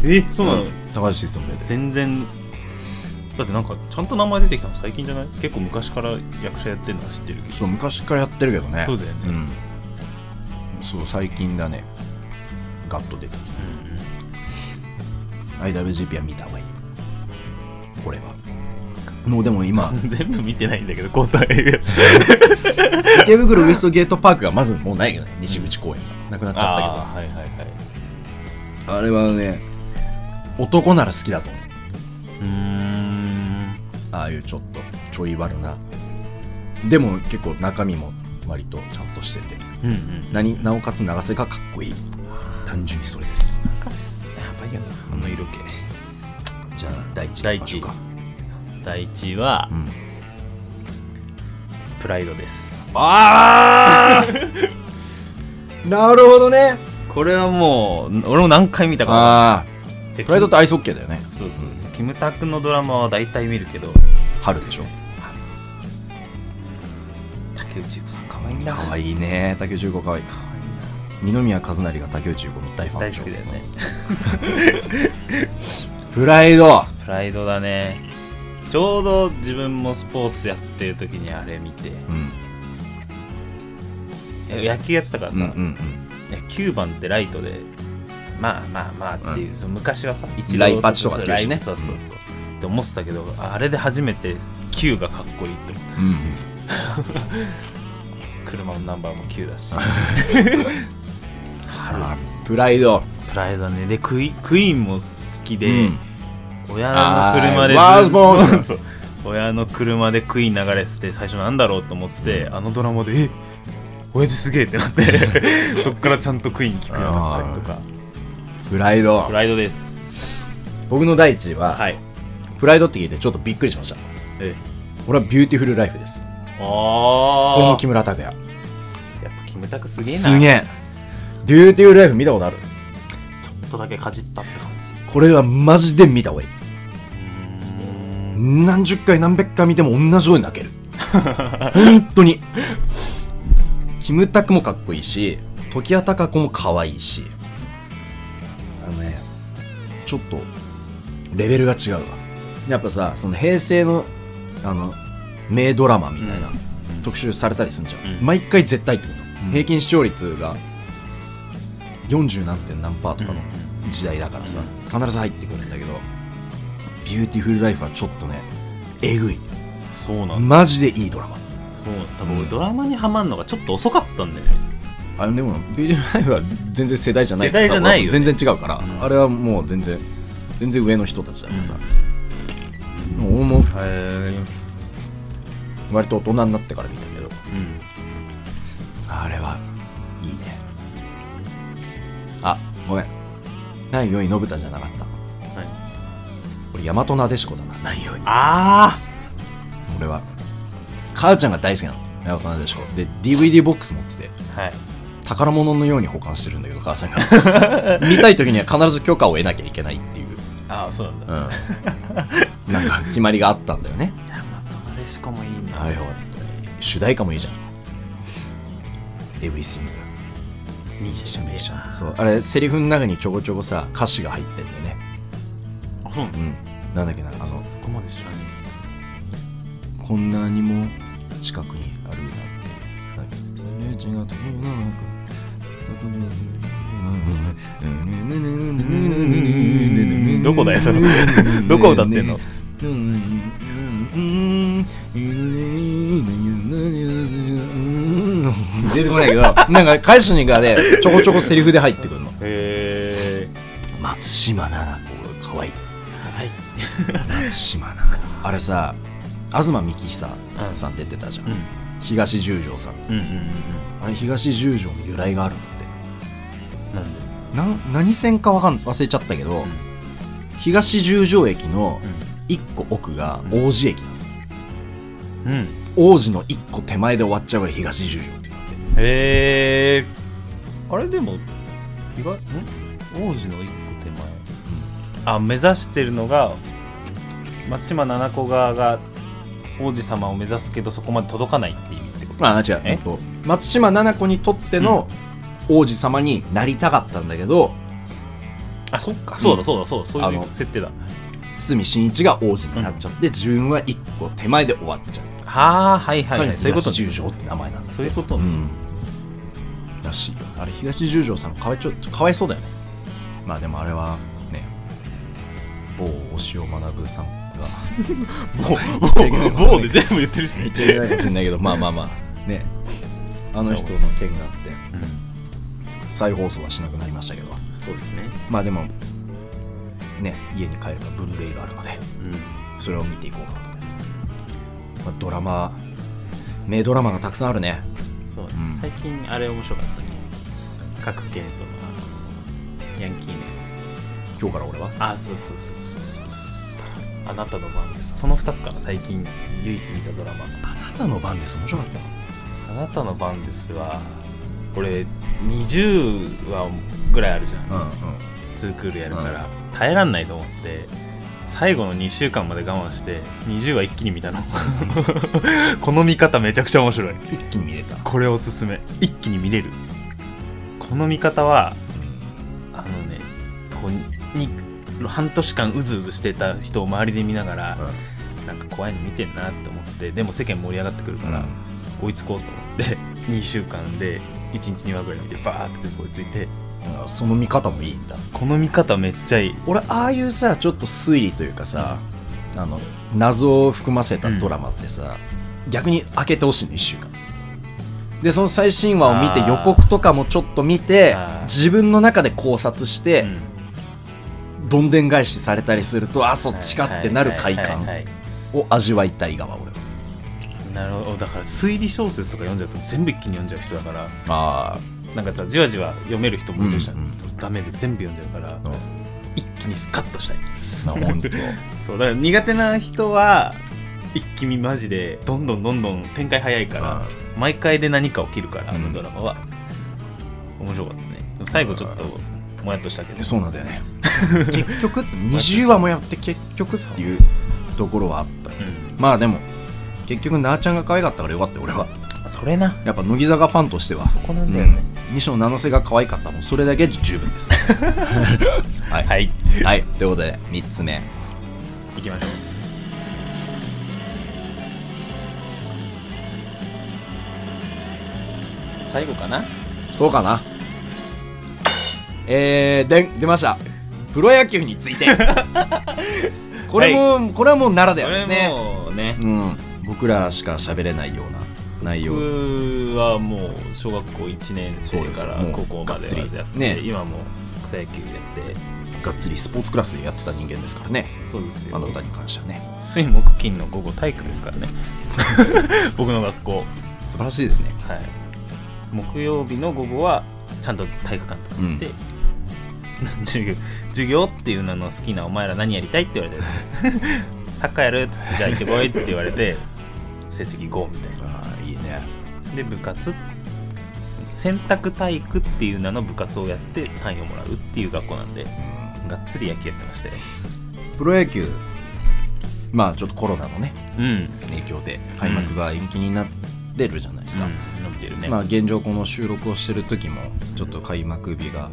C: えそうなの、
D: 高橋一生も出てる
C: 全然だってなんかちゃんと名前出てきたの最近じゃない結構昔から役者やってるのは知ってるけど
A: そう昔からやってるけどね
C: そうだよね
A: んそう最近だねガッと出てきた IWGP は見た方がいいこれはもうでも 今
C: 全部見てないんだけど答えるやつ
A: 池袋ウエストゲートパークがまずもうないよね西口公園がなくなっちゃったけど
C: あーはいはいはい
A: あれはね、男なら好きだと思う。
C: うーん
A: ああいうちょっとちょい悪な。でも結構中身も割とちゃんとしてて。
C: うんうん
A: なになおかつ長瀬がかっこいい。単純にそれです。
C: やばいよなあの色気
A: じゃあ、第一
C: 第
A: 行きまし
C: 一
A: ょうか。
C: 第一は、
A: うん
C: プライドです
D: あ
A: なるほどね。
C: これはもう俺も何回見たか
A: ああ、
C: ら
A: プライドってアイスホッケーだよね。
C: そうそうそうキムタクのドラマは大体見るけど
A: 春でしょ。
C: 竹内結子さんかわいいんだ
A: かわいいね。竹内優子かわいい。二宮和也が竹内優子の大ファンで
C: 大
A: し
C: 好
A: ょ
C: きだよね
A: プライド
C: プライドだねちょうど自分もスポーツやってる時にあれ見て
A: うん。
C: え野球やってたから
A: う
C: さ、
A: んうん
C: いや9番ってライトでまあまあまあっていう、その昔はさ一
A: ライパチとかって言うしね
C: そうそうそう、って思ってたけどあれで初めて9がかっこいいって思う
A: うん。
C: 車のナンバーも9だし
A: あ
C: 春
A: ープライド。
C: プライドねでクイクイーンも好きで、
A: うん
C: 親の車でずっと
A: あーワーズボーン
C: そう親の車でクイーン流れてて最初なんだろうと思ってて、あのドラマでえ親父すげえってなって そっからちゃんとクイーン聞くようになったりとか
A: プライド
C: プ。ライドです
A: 僕の第一は、
C: はい
A: プライドって聞いてちょっとびっくりしました。
C: え
A: 俺はビューティフルライフです。これ
C: あ
A: も木村拓哉。
C: やっぱキムタクすげえな
A: すげえ。ビューティフルライフ見たことある
C: ちょっとだけかじったって感じ
A: これはマジで見た方がいい。何十回何百回見ても同じように泣 ける。本当に。キムタクもかっこいいし、時矢貴子も可愛いし。あのね、ちょっと、レベルが違うわ。やっぱさ、その平成の、あの、名ドラマみたいな、特集されたりするじゃん。
C: うん
A: 毎回絶対ってこと、
C: うん
A: 平均視聴率が40何点何パーとかの時代だからさ、必ず入ってくるんだけど、ビューティフルライフはちょっとね、えぐい。
C: そうなんだ
A: マジでいいドラマ。
C: そう多分俺ドラマにはまるのがちょっと遅かったんだよね
A: あれでも、ビューティフルライフは全然世代じゃない
C: 世代じゃないよね
A: 全然違うから、
C: ん
A: あれはもう全然、全然上の人たちだからさ。もうもう
C: へ
A: 割と大人になってから見たけど、
C: うん
A: あれはいいね。あ、ごめん。第4位、のぶたじゃなかった。
C: はい
A: 俺、大和なでしこだな、第4位。
C: あ
A: 俺は。母ちゃんが大好きなの、大和なでしこ。で、DVD ボックス持ってて。
C: あはい
A: 宝物のように保管してるんだけど母ちゃんが 見たい時には必ず許可を得なきゃいけないっていう、
C: ああそうなんだ
A: うん、 なんか決まりがあったんだよね
C: 大和なでしこもいいな
A: はいはい主題歌もいいじゃん Everything
C: ミーシャミーシャ
A: そうあれセリフの中にちょこちょこさ歌詞が入ってんだよね
C: あそうなんだ
A: うんなんだっけなあの
C: そこまで知らない
A: こんなにも近くにあるなんてなんかすれ違う時のなんか特別な
C: どこだよそれどこ歌ってんの
A: 出てこないけどなんか返しにがねちょこちょこセリフで入ってくるの
C: へえ
A: 松島奈々子が可愛い
C: はい
A: 松島奈々子あれさ東幹久さん出てたじゃん、
C: うん
A: 東十条さん
C: うんうんうん
A: あれ東十条に由来があるんだって
C: うんなんで
A: なん何線かわかん忘れちゃったけど、
C: ん
A: 東十条駅の
C: うん
A: 1個奥が王子駅なの、
C: うん
A: 王子の1個手前で終わっちゃうから東十条って言って
C: へえあれでも意外ん王子の一個手前、あ目指してるのが松島菜々子側が王子様を目指すけどそこまで届かないって意味ってこと
A: ああ違う
C: え
A: えっと松島菜々子にとっての王子様になりたかったんだけど
C: あそっかそうだそうだそうだそう
A: あ
C: いう
A: の
C: 設定だは
A: 堤真一が王子になっちゃって、自分は一個手前で終わっちゃう、
C: あはいはい、はい、そういうこと
A: 東十条って名前なんだ
C: そういうこと、
A: うんらしいよあれ東十条さんかわいちょっとかわいそうだよねまあでもあれはね某押尾学さん が
C: 某
A: 某
C: 某で全部言ってるし
A: 言っ
C: ね
A: ちゃいけないかもしれないけどまあまあまあねあの人の件があって再放送はしなくなりましたけど
C: そうですね、
A: まあでもね家に帰ればブルーレイがあるのでそれを見ていこうかなと思います、まあ、ドラマ名ドラマがたくさんあるね
C: そう、
A: ん
C: 最近あれ面白かったね各系とのあのヤンキーのやつ
A: 今日から俺は
C: あそうそうそうそうそうそうあなたの番ですその2つかな最近唯一見たドラマ
A: あなたの番です面白かった
C: あなたの番ですは俺20話ぐらいあるじゃん、
A: うんうん
C: ツークールやるから、耐えらんないと思って最後の2週間まで我慢して20話一気に見たの この見方めちゃくちゃ面白い
A: 一気に見れた
C: これおすすめ一気に見れるこの見方はあのねこうに半年間うずうずしてた人を周りで見ながら、なんか怖いの見てんなって思ってでも世間盛り上がってくるから、追いつこうと思って2 週間で1日2話ぐらい見てバーって全部追いついて
A: うんその見方もいいんだ
C: この見方めっちゃいい
A: 俺ああいうさちょっと推理というかさ、あの謎を含ませたドラマってさ、逆に開けてほしいの1週間でその最新話を見て
C: あー
A: 予告とかもちょっと見て
C: あー
A: 自分の中で考察して、
C: うん
A: どんでん返しされたりするとあそっちかってなる快
C: はい
A: 感
C: はいはいはい
A: を味わいたい側俺は
C: なるほどだから推理小説とか読んじゃうと全部一気に読んじゃう人だから
A: あ
C: なんかさじわじわ読める人もいるじゃん、
A: うん
C: ダメで全部読んじゃうから
A: あ
C: 一気にスカッとしたい
A: まあ本当
C: そうだから苦手な人は一気見マジでどんどんどんどん展開早いから 毎回で何か起きるからあ
A: う
C: の
A: ん
C: ドラマは、面白かったねでも最後ちょっともやっとしたけど
A: えそうなんだよね 結局20話もやって結局っていうところはあったよ
C: うん
A: まあでも結局なあちゃんが可愛かったからよかったよ俺は
C: それな
A: やっぱ乃木坂ファンとしては
C: そこなんだよね、
A: うん西野七瀬が可愛かったもんそれだけで十分です はい、
C: はい
A: はい、ということで3つ目
C: 行きましょう最後かな
A: そうかなえー、でん出ましたプロ野球につい てこれも、これはもうならではです
C: こ
A: ね
C: れもうね
A: うん僕らしか喋れないような内容
C: 僕はもう小学校1年生
A: そ
C: から
A: うですもう
C: 高校まではや
A: がっ
C: っ
A: つ
C: て、
A: りね
C: 今も草野球やって
A: がっつりスポーツクラスでやってた人間ですからね
C: そうです
A: あ
C: よ
A: なたに関してはね
C: 水木金の午後体育ですから ね僕の学校
A: 素晴らしいですね
C: はい木曜日の午後はちゃんと体育館とか行って、授業授業っていう名の好きなお前ら何やりたいって言 われてサッカーやるっつってじゃあ行ってこいって言われて成績5みたいな
A: ああいいね
C: で部活選択体育っていう名の部活をやって単位をもらうっていう学校なんでがっつり野球やってましたよ
A: プロ野球まあちょっとコロナのね
C: うん、
A: 影響で開幕が延期になってるじゃないですか、
C: 伸びてるね、
A: まあ現状この収録をしてる時もちょっと開幕日が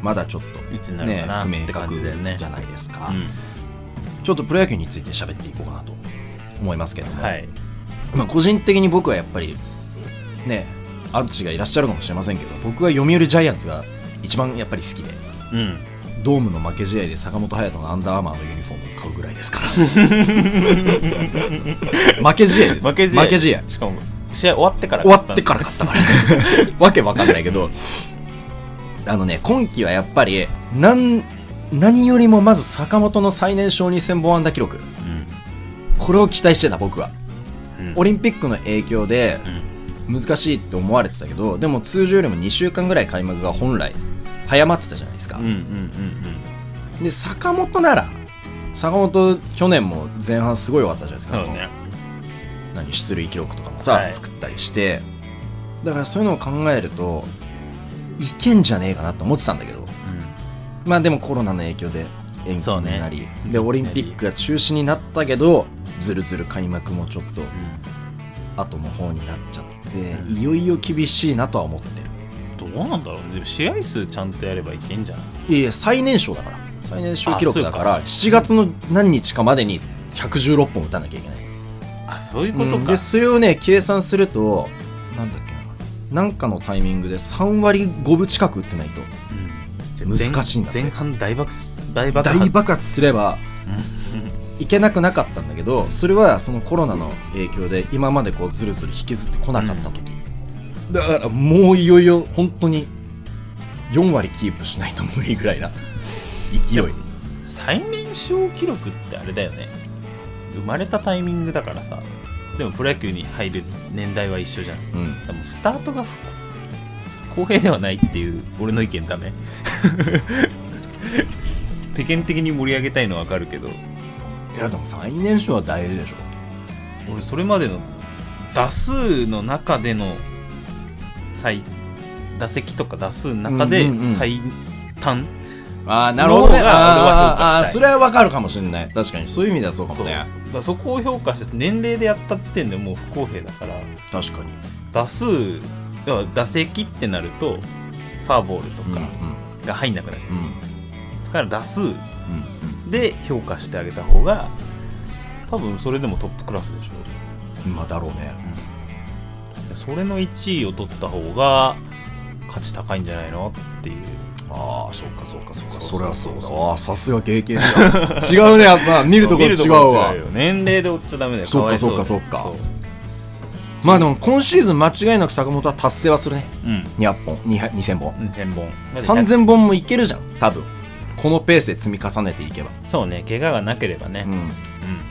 A: まだちょっと
C: いつになるかな
A: ね
C: って感じだよね
A: じゃないですか、
C: うん
A: ちょっとプロ野球について喋っていこうかなと思いますけども、
C: はい
A: まあ、個人的に僕はやっぱりねアンチがいらっしゃるかもしれませんけど僕は読売ジャイアンツが一番やっぱり好きで
C: うん
A: ドームの負け試合で坂本勇人のアンダーアーマーのユニフォームを買うぐらいですから 負け試合です
C: 負け試合
A: 負け試合
C: しかも試合終わってから
A: 終わってから買ったからわけわかんないけどあのね今季はやっぱりなん何よりもまず坂本の最年少2000本安打記録
C: ら、うん
A: これを期待してた僕は
C: うん
A: オリンピックの影響で
C: うん
A: 難しいって思われてたけどでも通常よりも2週間ぐらい開幕が本来早まってたじゃないですか
C: うんうん、
A: で坂本なら坂本去年も前半すごい良かったじゃないです
C: うん
A: か、
C: うんそうね
A: 何出塁記録とかもさ、
C: はい
A: 作ったりしてだからそういうのを考えるといけんじゃねえかなと思ってたんだけどまあでもコロナの影響で延期
C: そう
A: に
C: ね
A: なり、でオリンピックが中止になったけどずるずる開幕もちょっと
C: うん
A: 後の方になっちゃって、
C: うん
A: いよいよ厳しいなとは思ってる
C: うんどうなんだろうねでも試合数ちゃんとやればいけんじゃな
A: い
C: い
A: やいや最年少だから最年少記録だか
C: あ
A: ら7月の何日かまでに116本打たなきゃいけない
C: あそういうこと
A: うん
C: か、
A: でそれをね計算するとなんだっけななんかのタイミングで3割5分近く打ってないと
C: うん
A: 難しいんだ
C: 前前半大爆発大爆
A: 大
C: 発
A: 爆発すればいけなくなかったんだけどそれはそのコロナの影響で今までこうずるずる引きずってこなかった時、だからもういよいよ本当に4割キープしないと無理ぐらいな勢い
C: 最年少記録ってあれだよね生まれたタイミングだからさでもプロ野球に入る年代は一緒じゃん
A: うん
C: でもスタートが不公平ではないっていう俺の意見だ ね世間的に盛り上げたいのはわかるけど
A: いやでも最年少は大事でしょ
C: 俺それまでの打数の中での最打席とか打数の中で
A: うんうんうん
C: 最短
A: ああ
C: なるほどねあー
A: あ
C: 俺は評価したい
A: ーあーそれはわかるかもしれない確かにそういう意味ではそうかも
C: そうだ
A: ね
C: からそこを評価して年齢でやった時点でもう不公平だから
A: 確かに
C: 打数だから打席ってなるとファーボールと
A: うんうん
C: かが入んなくなる、
A: うん
C: だから打数
A: うん
C: で評価してあげた方が多分それでもトップクラスでしょ
A: うんまあだろうね
C: それの1位を取った方が価値高いんじゃないのっていう
A: ああそうかそうかそうか
C: そ
A: そうれ
C: そ
A: はそ
C: うそ
A: ううだわあさすが経験者 違うねやっぱ見るところ
C: 見
A: 違う
C: ろ
A: わ
C: 違うよ年齢で追っちゃダメだよ
A: そっか
C: わいだよ
A: そっかそっか
C: う
A: まあでも今シーズン間違いなく坂本は達成はするね
C: うん
A: 200本200 2000本
C: 2000本
A: 3000本もいけるじゃん多分このペースで積み重ねていけば
C: そうね怪我がなければね
A: うんだ
C: うん
A: か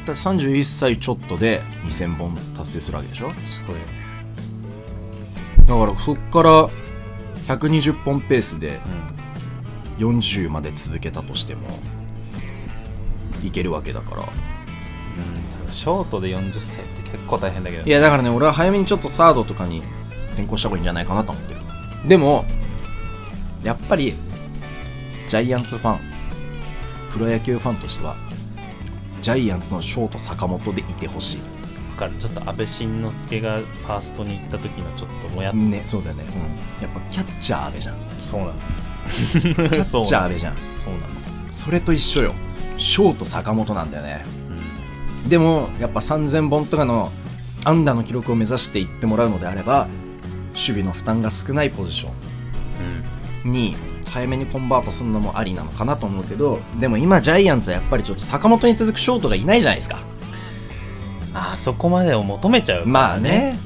A: ら31歳ちょっとで2000本達成するわけでしょだ
C: すごい
A: からそっから120本ペースで
C: う
A: 40まで続けたとしてもいけるわけだから
C: ん、うん、ただショートで40歳って結構大変だけど
A: いやだからね俺は早めにちょっとサードとかに転向した方がいいんじゃないかなと思ってるでもやっぱりジャイアンツファンプロ野球ファンとしてはジャイアンツのショート坂本でいてほし
C: だからちょっと安倍晋之助がファーストに行った時のちょっともやっ
A: いねそうだよね、うん、やっぱキャッチャーあれじゃんキ
C: そうなの
A: ャ
C: そ
A: ッ
C: う
A: チャー
C: な
A: あ
C: の
A: れじゃん
C: そうなの
A: それと一緒よショート坂本なんだよね
C: うん
A: でもやっぱ3000本とかの安打の記録を目指していってもらうのであれば守備の負担が少ないポジション
C: うん
A: に早めにコンバートするのもありなのかなと思うけどでも今ジャイアンツはやっぱりちょっと坂本に続くショートがいないじゃないですか
C: あそこまでを求めちゃう
A: まあね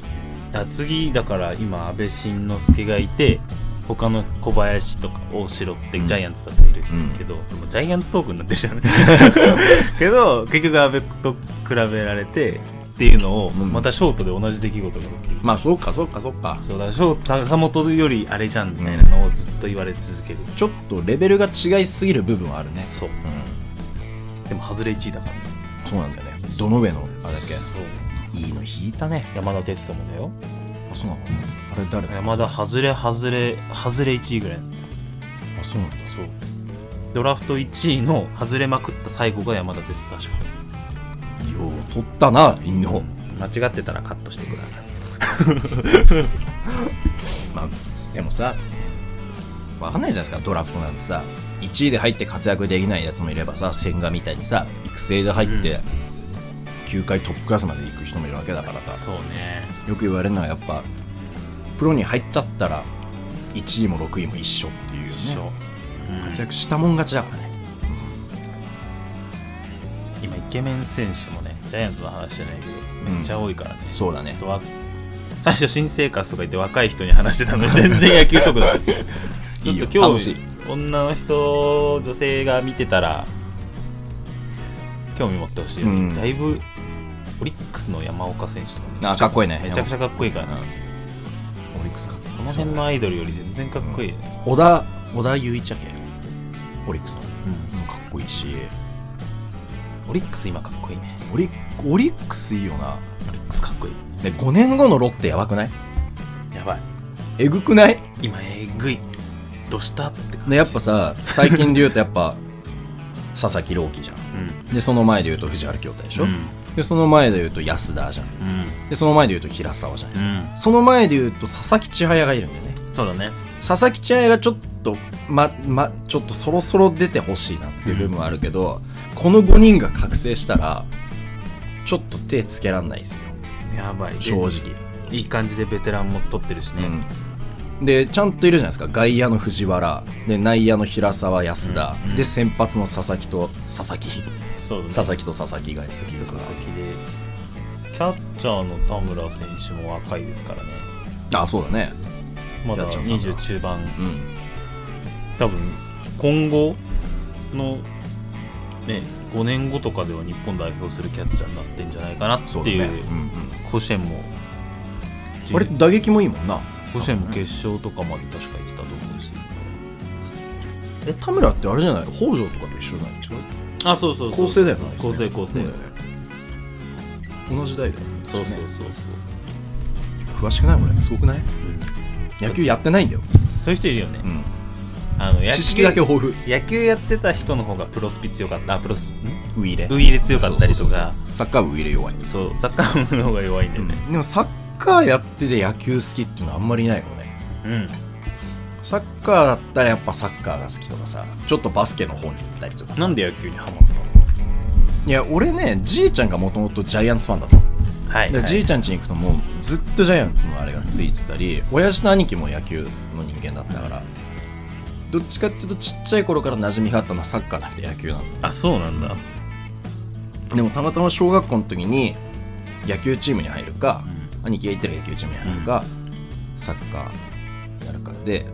C: だ次だから今安倍晋之助がいて他の小林とか大城って
A: うん
C: ジャイアンツだといるけど、でもジャイアンツトークになってるじゃん けど結局安倍と比べられてっていうのを
A: うん
C: またショートで同じ出来事が起きる、
A: まあそうかそうかそうか
C: そうだショート坂本よりあれじゃんみたいなのをずっと言われ続ける、
A: ちょっとレベルが違いすぎる部分はあるね
C: そう
A: うん
C: でも外れ1位だからね
A: そうなんだよねどの上のあれだっ
C: そう
A: けいいの引いたね
C: 山田哲人もだよ
A: あそうなのあれ誰だ
C: 山田外れ外れ外れ1位ぐらい
A: あそうなんだ
C: そうドラフト1位の外れまくった最後が山田です確か
A: よう取ったな犬を
C: 間違ってたらカットしてください
A: まあでもさわかんないじゃないですかドラフトなんてさ1位で入って活躍できないやつもいればさ千賀みたいにさ育成で入って9回トップクラスまで行く人もいるわけだからさ
C: そうね
A: よく言われるのはやっぱプロに入っちゃったら1位も6位も一緒っていうね
C: 一緒、
A: 活躍したもん勝ちだからね
C: 今イケメン選手もねジャイアンツの話じゃないけどめっちゃ多いからね、
A: そうだね
C: とわ最初新生活とか言って若い人に話してたのに全然野球トーク だったちょっ
A: いいよ
C: と今
A: 楽し
C: 日
A: い
C: 女の人女性が見てたら興味持ってほしいよね、
A: うん
C: だいぶオリックスの山岡選手とかめちゃ
A: あ
C: くち
A: か
C: ゃ
A: っこいいね
C: めちゃくちゃかっこいいからな
A: オリックスか
C: この辺のアイドルより全然かっこいい、
A: 小田小田唯一やっけオリックスのうんかっこいいし
C: オリックス今かっこいいね
A: オリオリックスいいよな
C: オリックスかっこいい
A: で5年後のロッテやばくない
C: やばい
A: えぐくない
C: 今えぐいどしたって感じ
A: でやっぱさ最近で言うとやっぱ佐々木朗希じゃん
C: うん
A: でその前で言うと藤原恭太でしょ、
C: うん
A: でその前で言うと安田じゃん
C: うん
A: でその前で言うと平沢じゃないで
C: う
A: すか、
C: ん
A: その前で言うと佐々木千早がいるんだよね
C: そうだね
A: 佐々木千彩がちょっとままちょっとそろそろ出てほしいなっていう部分はあるけど、この5人が覚醒したらちょっと手つけらんないですよ
C: やばい
A: 正直、
C: いい感じでベテランも取ってるしね、
A: うん、でちゃんといるじゃないですか外野の藤原で内野の平沢安田、
C: うんうん
A: で先発の佐々木と佐々木
C: そうだね
A: 佐々木と佐々木がいる
C: 佐々木と佐
A: か
C: 々木でキャッチャーの田村選手も若いですからね
A: らあそうだね
C: まだ
A: キャッチャー
C: 20
A: の
C: 中盤
A: うん
C: 多分今後のね5年後とかでは日本代表するキャッチャーになってんじゃないかなって
A: そうだ
C: い
A: ね
C: う
A: うん
C: 甲子園も
A: うん、割と打撃もいいもんな
C: 甲子園も決勝とかまで確か言ってたと思うし
A: え田村ってあれじゃないの北条とかと一緒じゃない違う
C: あそうそうそう
A: 構成だよね
C: 構成構成
A: そうだよね同じ代だよね
C: そうそうそうそう
A: 詳しくない俺すごくない、野球やってないんだよ、
C: そういう人いるよね
A: う。ん、
C: あの野球
A: 知識だけ豊富
C: 野球やってた人の方がプロスピ強かった、あプロスん
A: ウイレ
C: ウイレ強かったりとか、
A: サッカー部ウイレ弱い、
C: そうサッカー部の方が弱いんだ
A: う
C: よ
A: ん、
C: ね。
A: でもサッカーやってて野球好きっていうのはあんまりいないよね
C: うん。
A: サッカーだったらやっぱサッカーが好きとかさちょっとバスケの方に行ったりとかさ
C: なんで野球にハマったの
A: いや俺ねじいちゃんがもともとジャイアンツファンだったの
C: はい、
A: で
C: はい。
A: じいちゃん家に行くともうずっとジャイアンツのあれがついてたり親父と兄貴も野球の人間だったからどっちかっていうとちっちゃい頃から馴染みがあったのはサッカーじゃなくて野球なの
C: あ、そうなんだ。
A: でもたまたま小学校の時に野球チームに入るか、兄貴が行ってる野球チームに入るか、サッカーやるかで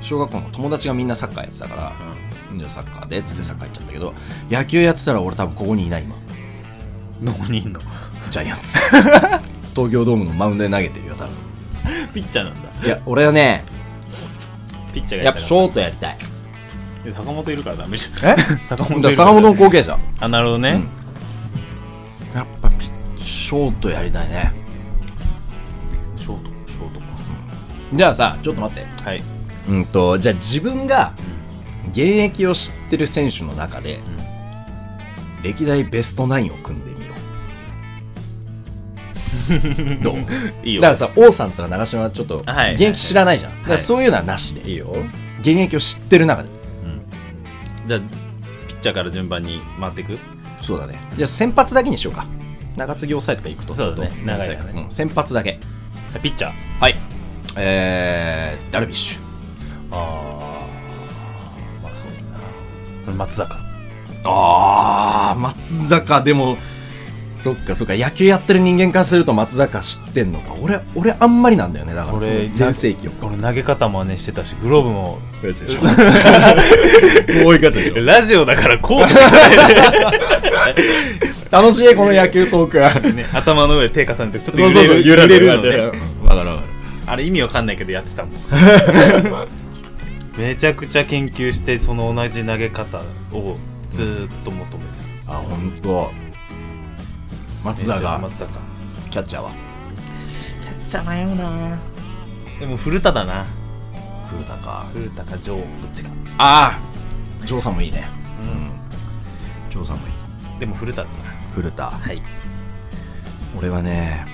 A: 小学校の友達がみんなサッカーやってたから、じゃあサッカーでっつってサッカー行っちゃったけど野球やってたら俺多分ここにいない今
C: どこにいんの
A: ジャイアンツ 東京ドームのマウンドで投げてるよ多分
C: ピッチャーなんだ。
A: いや俺はね
C: ピッチャーが
A: やっ
C: い
A: ぱ
C: た
A: シ
C: ら
A: ョートやりたい
C: いや坂本いるからダメじゃ
A: え
C: ん。坂
A: だ
C: 本い
A: から
C: るから
A: 坂本の後継者
C: あ、なるほどね。
A: やっぱピショートやりたいね
C: ショート、ショート
A: じゃあさちょっと待って
C: か。はい。
A: うんとじゃあ自分が現役を知ってる選手の中で、歴代ベストナインを組んでみよ うどう
C: いいよ。
A: だからさ王さんとか長嶋はちょっと
C: はい
A: 現役知らないじゃん、だからそういうのはなしでいいよ現役を知ってる中で
C: じゃあ、ピッチャーから順番に回っていく
A: そうだねじゃあ先発だけにしようか中継ぎ抑えとか行くとちょっと
C: そうだね長いからね
A: うん先発だけ
C: あピッチャー。
A: はいえー、ダルビッシュ
C: あー、まあそうだな。松坂。
A: ああ松坂でもそっかそっか野球やってる人間からすると松坂知ってんのか俺俺あんまりなんだよねだから
C: これ
A: 全盛 期を
C: 俺投げ方真似してたし、グローブも。
A: こういうやつでしょ
C: ラジオだからこう
A: 楽しいこの野球トークは
C: ね、頭の上で手重ねてちょっと
A: そうそ
C: 揺
A: う
C: れ
A: そう
C: る
A: 揺れる
C: の
A: んだよ分かる分かる
C: あれ意味わかんないけどやって たもんめちゃくちゃ研究してその同じ投げ方をずーっと求めて
A: あ本当。松
C: ためっちゃ
A: 坂
C: 松坂
A: キャッチャーは
C: じゃないよなでも古田だな
A: 古田か
C: 古田か城どっちか
A: ああジョーさんもいいねうんジョーさんもいい
C: でも古田だな
A: 古田はい俺はね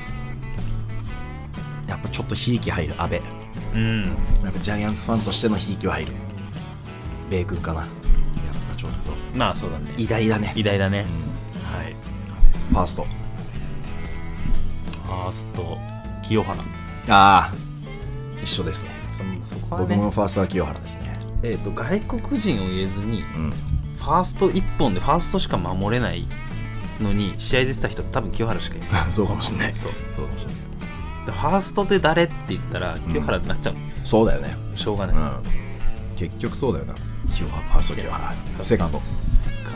A: やっぱちょっとひいき入る阿部や
C: うん
A: っぱジャイアンツファンとしてのひいきは入る米君かなやっぱちょっと
C: まあそうだね
A: 偉大だね
C: 偉大だね
A: うん
C: はい
A: ファースト
C: ファースト清原
A: ああ一緒ですね
C: そそこは
A: 僕
C: ね
A: もファーストは清原ですね
C: えっと外国人を入れずに
A: うん
C: ファースト1本でファーストしか守れないのに試合出てた人多分清原しかいない
A: そうかもしんない
C: そう
A: そうかもしんない
C: でファーストで誰って言ったら清原になっちゃう、
A: そうだよね
C: しょうがない、
A: うん結局そうだよな清原ファースト清原セカンド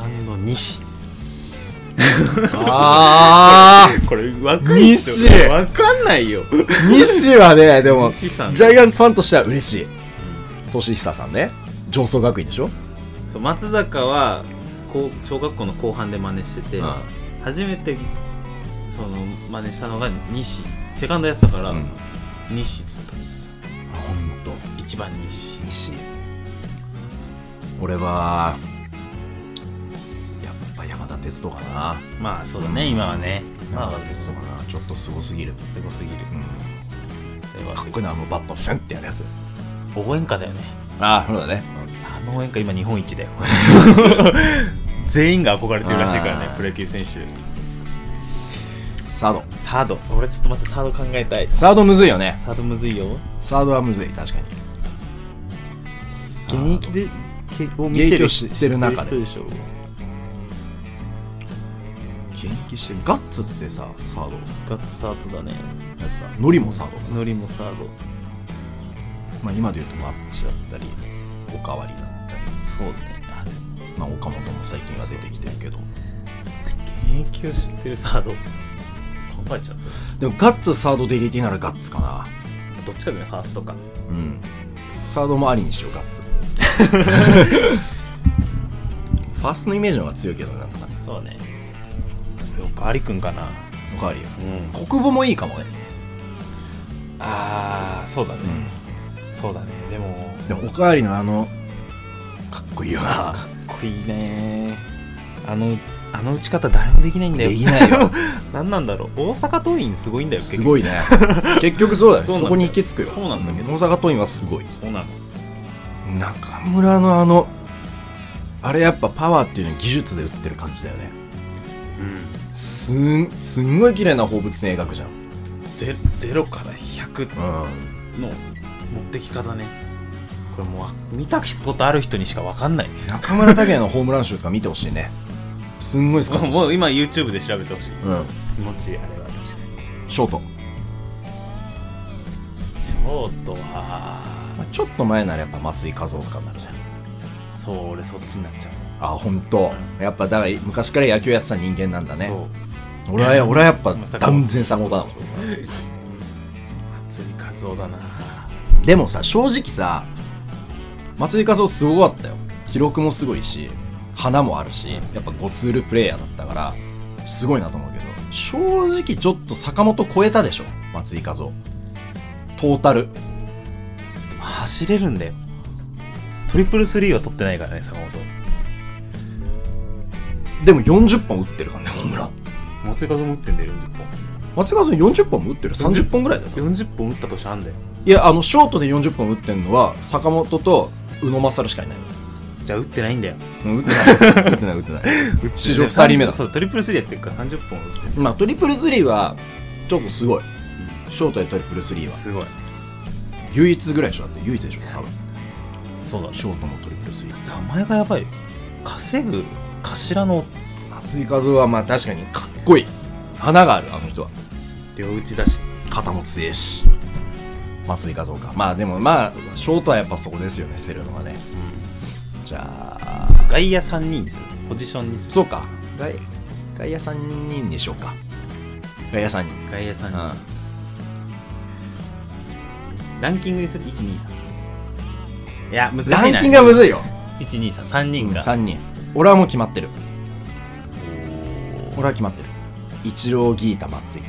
C: 感の西
A: ああ
C: これ若
A: い
C: い
A: 人
C: 人分かんないよ
A: 西はねでも
C: 西さん
A: ジャイアンツファンとしては嬉しい
C: ん
A: 年久さんね上層学院でしょ
C: そう松坂はこう小学校の後半で真似してて、初めてその真似したのが西セカンドやってたから、
A: うん
C: 西ずっと西さ
A: 本当
C: ん一番西
A: 西俺はやっぱ山田哲人かな
C: まあそうだね今はねまあ
A: 山田哲人かなちょっとすごすぎる
C: すごすぎる
A: うん
C: それは
A: か
C: す
A: っ
C: ごい
A: こいいなあのバットシュンってやるやつ
C: 応援歌だよね
A: ああそうだね
C: あの応援歌今日本一だ よ全員が憧れてるらしいからね
A: あー
C: プロ野球選手
A: サード
C: サード俺ちょっと待ってサード考えたい
A: サードむずいよね
C: サードむずいよ
A: サードはむずい確かに
C: 現役でけを
A: 見てる現役を知ってる中で
C: 知ってる人でし
A: 現役してるガッツってさサード
C: ょガッツサードだね
A: やつさノリもサード
C: ノリもサード
A: まあ今で言うとマッチだったりおかわりだったり
C: そうねあ
A: まあ岡本も最近は出てきてるけど
C: 現役を知ってるサード考えちゃうぞ
A: でもガッツサードで入れていいならガッツかな
C: どっちかでねファーストか
A: うんサードもありにしようガッ ツファーストのイメージの方が強いけどねなんかね
C: そうねバリ君かな
A: おかわりよ
C: うん
A: 国語もいいかもね
C: ああそうだね、そうだねでも
A: でもおかわりのあのかっこいいよな
C: かっこいいねあのあの打ち方誰もできないんだよ
A: できないよ
C: 何なんだろう大阪桐蔭すごいんだよ
A: すごい ね結局そうだよ
C: そうなんだよ
A: そこに行き着くよ
C: そうなんだけど
A: 大阪桐蔭はすごい
C: 結局そうなの
A: 中村のあのあれやっぱパワーっていうのは技術で打ってる感じだよね
C: うん
A: すんすんごい綺麗な放物線描くじゃん
C: ゼゼロから100
A: うん
C: の持ってき方ねこれもうあ見たことある人にしか分かんない
A: 中村拓也のホームラン集とか見てほしいねすんごいっすか
C: もうもう今 YouTube で調べてほしい
A: うん
C: 気持ちいいあれは確かに
A: ショート、
C: ショートは
A: まあ、ちょっと前ならやっぱ松井稼頭とかになるじゃん
C: そう俺そっちになっちゃう
A: あ本当やっぱだから昔から野球やってた人間なんだね
C: そう
A: 俺は俺はやっぱ
C: まさか
A: 断然サポーターだもん
C: 松井一夫だな
A: でもさ正直さ松井稼頭すごかったよ記録もすごいし花もあるしやっぱゴツールプレイヤーだったからすごいなと思うけど正直ちょっと坂本超えたでしょ松井稼頭トータル
C: 走れるんだよトリプルスリーは取ってないからね坂本
A: でも40本打ってるからねホームラン
C: 松井一夫も打ってんだよ40本
A: 松井稼頭40本も打ってる30本ぐらいだよ
C: 40本打った年あんだよ
A: いやあのショートで40本打ってるのは坂本と宇野勝しかいないの
C: じゃあ打ってないんだよ
A: うん打ってない打ってない打ってない史上二人目だ
C: そうトリプルスリーやってるから30本打って
A: まあトリプルスリーはちょっとすごいショートでトリプルスリー
C: る
A: は
C: すごい
A: 唯一ぐらいでしょだって唯一でしょ多分
C: そうだ
A: ショートもトリプルスリー
C: 名前がやばいよ稼ぐ頭の
A: 松井稼頭はまあ確かにかっこいい花があるあの人は
C: 両打ちだし
A: 肩も強いし松井稼頭かまあでもまあ
C: そうそうそう
A: ショートはやっぱそこですよねセルのはねじゃあ
C: 外野3人にするポジションにする
A: そうか外外野3人にしようか外野3人
C: 外野3人、
A: うん
C: ランキングにする123いや難しいな
A: ランキングがむずいよ
C: 1233人が、
A: 3人俺はもう決まってる
C: おー
A: 俺は決まってる一郎ギータ松井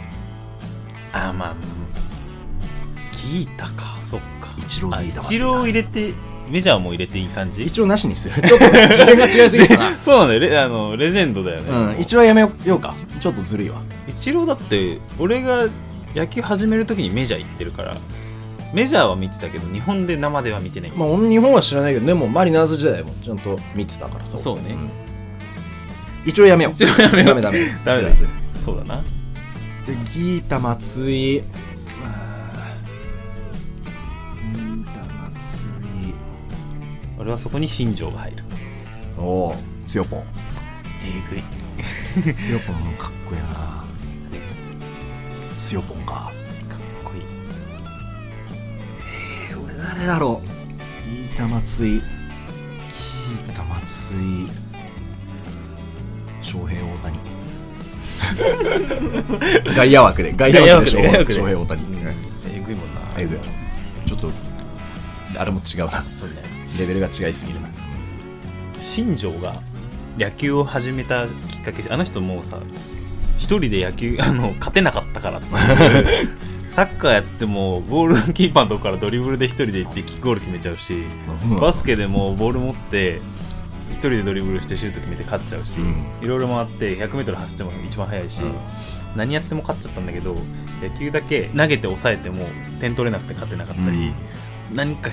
C: あまあうんギータかそっか
A: 一郎
C: あ
A: ギータ松井
C: 一郎を入れてメジャーも入れていい感じ
A: 一応なしにする。 ちょっと自分が違いすぎた
C: そうなんだよレあのレジェンドだよ ね、
A: な。うん、一応やめようか。ちょっとずるいわ。
C: 一郎だって俺が野球始めるときにメジャー行ってるからメジャーは見てたけど日本で生では見てない、
A: まあ、俺日本は知らないけど、でもマリナーズ時代もちゃんと見てたからさ。
C: そうね
A: ん一応やめよう。
C: 一応やめよう
A: ダメダメ。
C: ダメだ
A: ずるい
C: そうだな
A: ずるいで、ギータ松井。あーギータ松
C: 俺はそこに新庄が入る
A: 井。おお、強ポン。
C: えぐ い
A: 強ポンもかっこいいな。強ポンか。
C: かっこいい
A: えー、俺誰だろうギータ松井ギータ松井翔平大谷 外野枠で外野枠で
C: 外野枠で
A: 翔平大谷
C: えぐいもんな
A: あいぐやちょっとあれも違うな
C: そうね
A: レベルが違いすぎるな
C: 新庄が野球を始めたきっかけあの人もうさ一人で野球 あの勝てなかったからっていう サッカーやってもゴールキーパーのとこからドリブルで一人で行ってキックゴール決めちゃうしバスケでもボール持って一人でドリブルしてシュート決めて勝っちゃうし、
A: うん
C: いろいろ回って 100m 走っても一番速いし、
A: うん
C: 何やっても勝っちゃったんだけど野球だけ投げて抑えても点取れなくて勝てなかったり、
A: うん
C: 何か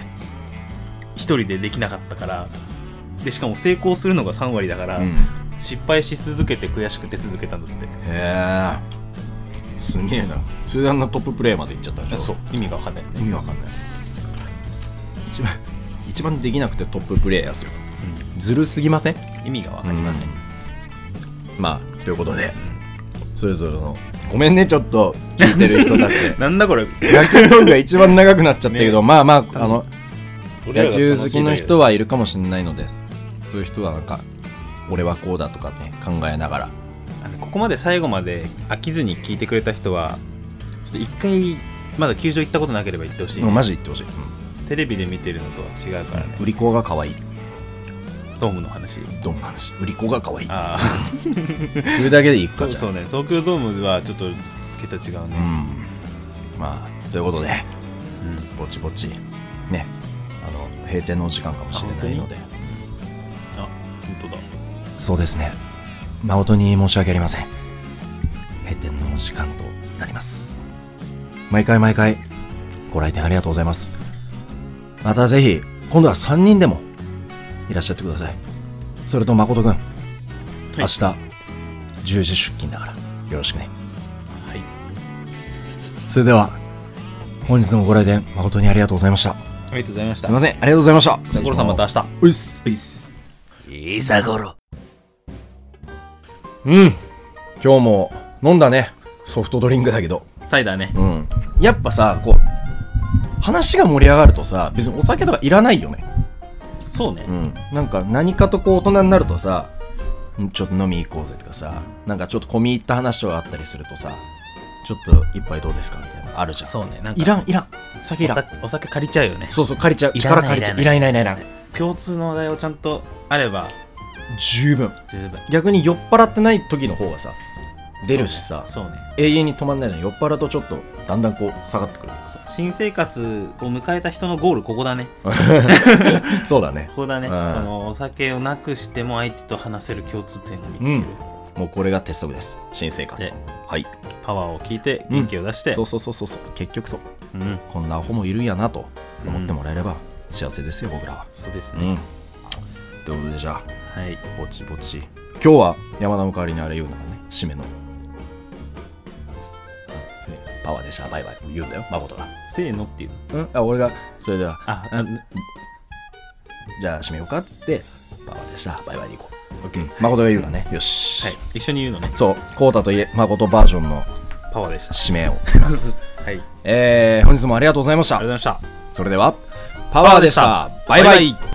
C: 一人でできなかったからでしかも成功するのが3割だから、
A: うん
C: 失敗し続けて悔しくて続けたんだって
A: へえすげえなそれであんなトッププレーまで行っちゃったんでしょ
C: そう意味がわかんないよね
A: 意味わかんない一番一番できなくてトッププレーヤーですよ、ずるすぎません
C: 意味がわかりません、
A: まあということで、それぞれのごめんねちょっと聞いてる人た ち
C: なんだこれ
A: 野球トークが一番長くなっちゃったけど、まあまああの
C: 俺
A: 野
C: らが
A: 球
C: 楽
A: 好
C: し
A: き
C: んで
A: の
C: る
A: 人はいるかもしれないのでそういう人はなんか俺はこうだとかね考えながら
C: あのここまで最後まで飽きずに聞いてくれた人はちょっと一回まだ球場行ったことなければ行ってほしい、
A: もうマジで言ってほしい、
C: テレビで見てるのとは違うからね
A: 売り子が可愛い
C: ドームの話
A: どんな話売り子が可愛い
C: あ
A: それだけでいくか
C: あそう
A: じゃん
C: そうね東京ドームはちょっと桁違う
A: う
C: ね、
A: んまあということで
C: うん
A: ぼちぼちねあの閉店のお時間かもしれないので
C: あ本当だ
A: そうですね誠に申し訳ありません閉店のお時間となります毎回毎回ご来店ありがとうございますまたぜひ今度は3人でもいらっしゃってくださいそれと誠くん明日10時出勤だからよろしくね
C: はい
A: それでは本日もご来店誠にありがとうございました
C: ありがとうございまし
A: すいませんありがとうございました
C: ゴロさんまた明日
A: うっすうっすいざごろうん今日も飲んだねソフトドリンクだけど
C: サイダーね
A: うんやっぱさこう話が盛り上がるとさ別にお酒とかいらないよね
C: そうね、
A: うんなんか何かとこう大人になるとさんちょっと飲み行こうぜとかさなんかちょっと込み入った話とかあったりするとさちょっと一杯どうですかみたいなのあるじゃん
C: そうねなんか
A: いらんいらん酒いら
C: お
A: ん
C: 酒お酒借りちゃうよね
A: そうそう借りちゃう
C: いらない
A: 力借りちゃうい
C: い
A: ら
C: ら
A: んいらんいらんいらん
C: 共通の話題をちゃんとあれば
A: 十分
C: 十分
A: 逆に酔っ払ってない時の方がさ出るしさ、
C: そうね
A: 永遠に止まんないじゃん酔っ払うとちょっとだんだんこう下がってくる
C: そうね新生活を迎えた人のゴールここだね
A: そうだね
C: ここだね
A: うん
C: あのお酒をなくしても相手と話せる共通点を見つけ
A: う
C: る、
A: んもうこれが鉄則です新生活
C: で
A: はい
C: パワーを聞いて元気を出して、
A: そうそうそうそうそう結局そう
C: うん
A: こんなアホもいるんやなと思ってもらえれば幸せですよ僕らは
C: そうです
A: う
C: ね、
A: んということでじゃあ
C: はい
A: ぼちぼち今日は山田の代わりにあれ言うのがね締めのうんパワーでしたバイバイ言うんだよ誠が
C: せーのっていう
A: うんあ俺がそれでは
C: あ
A: うんじゃあ締めようかっつって、パパでした。バイバイで行こう。オッケー。誠が言うからね。よし。
C: はい一緒に言うのね
A: そう、コータといえ、誠バージョンの
C: パワーでした
A: 締めをします。
C: はいありがとう
A: えー、本日もありがとうございました
C: ござい。ました
A: それでは、パワーでした。バイバイ。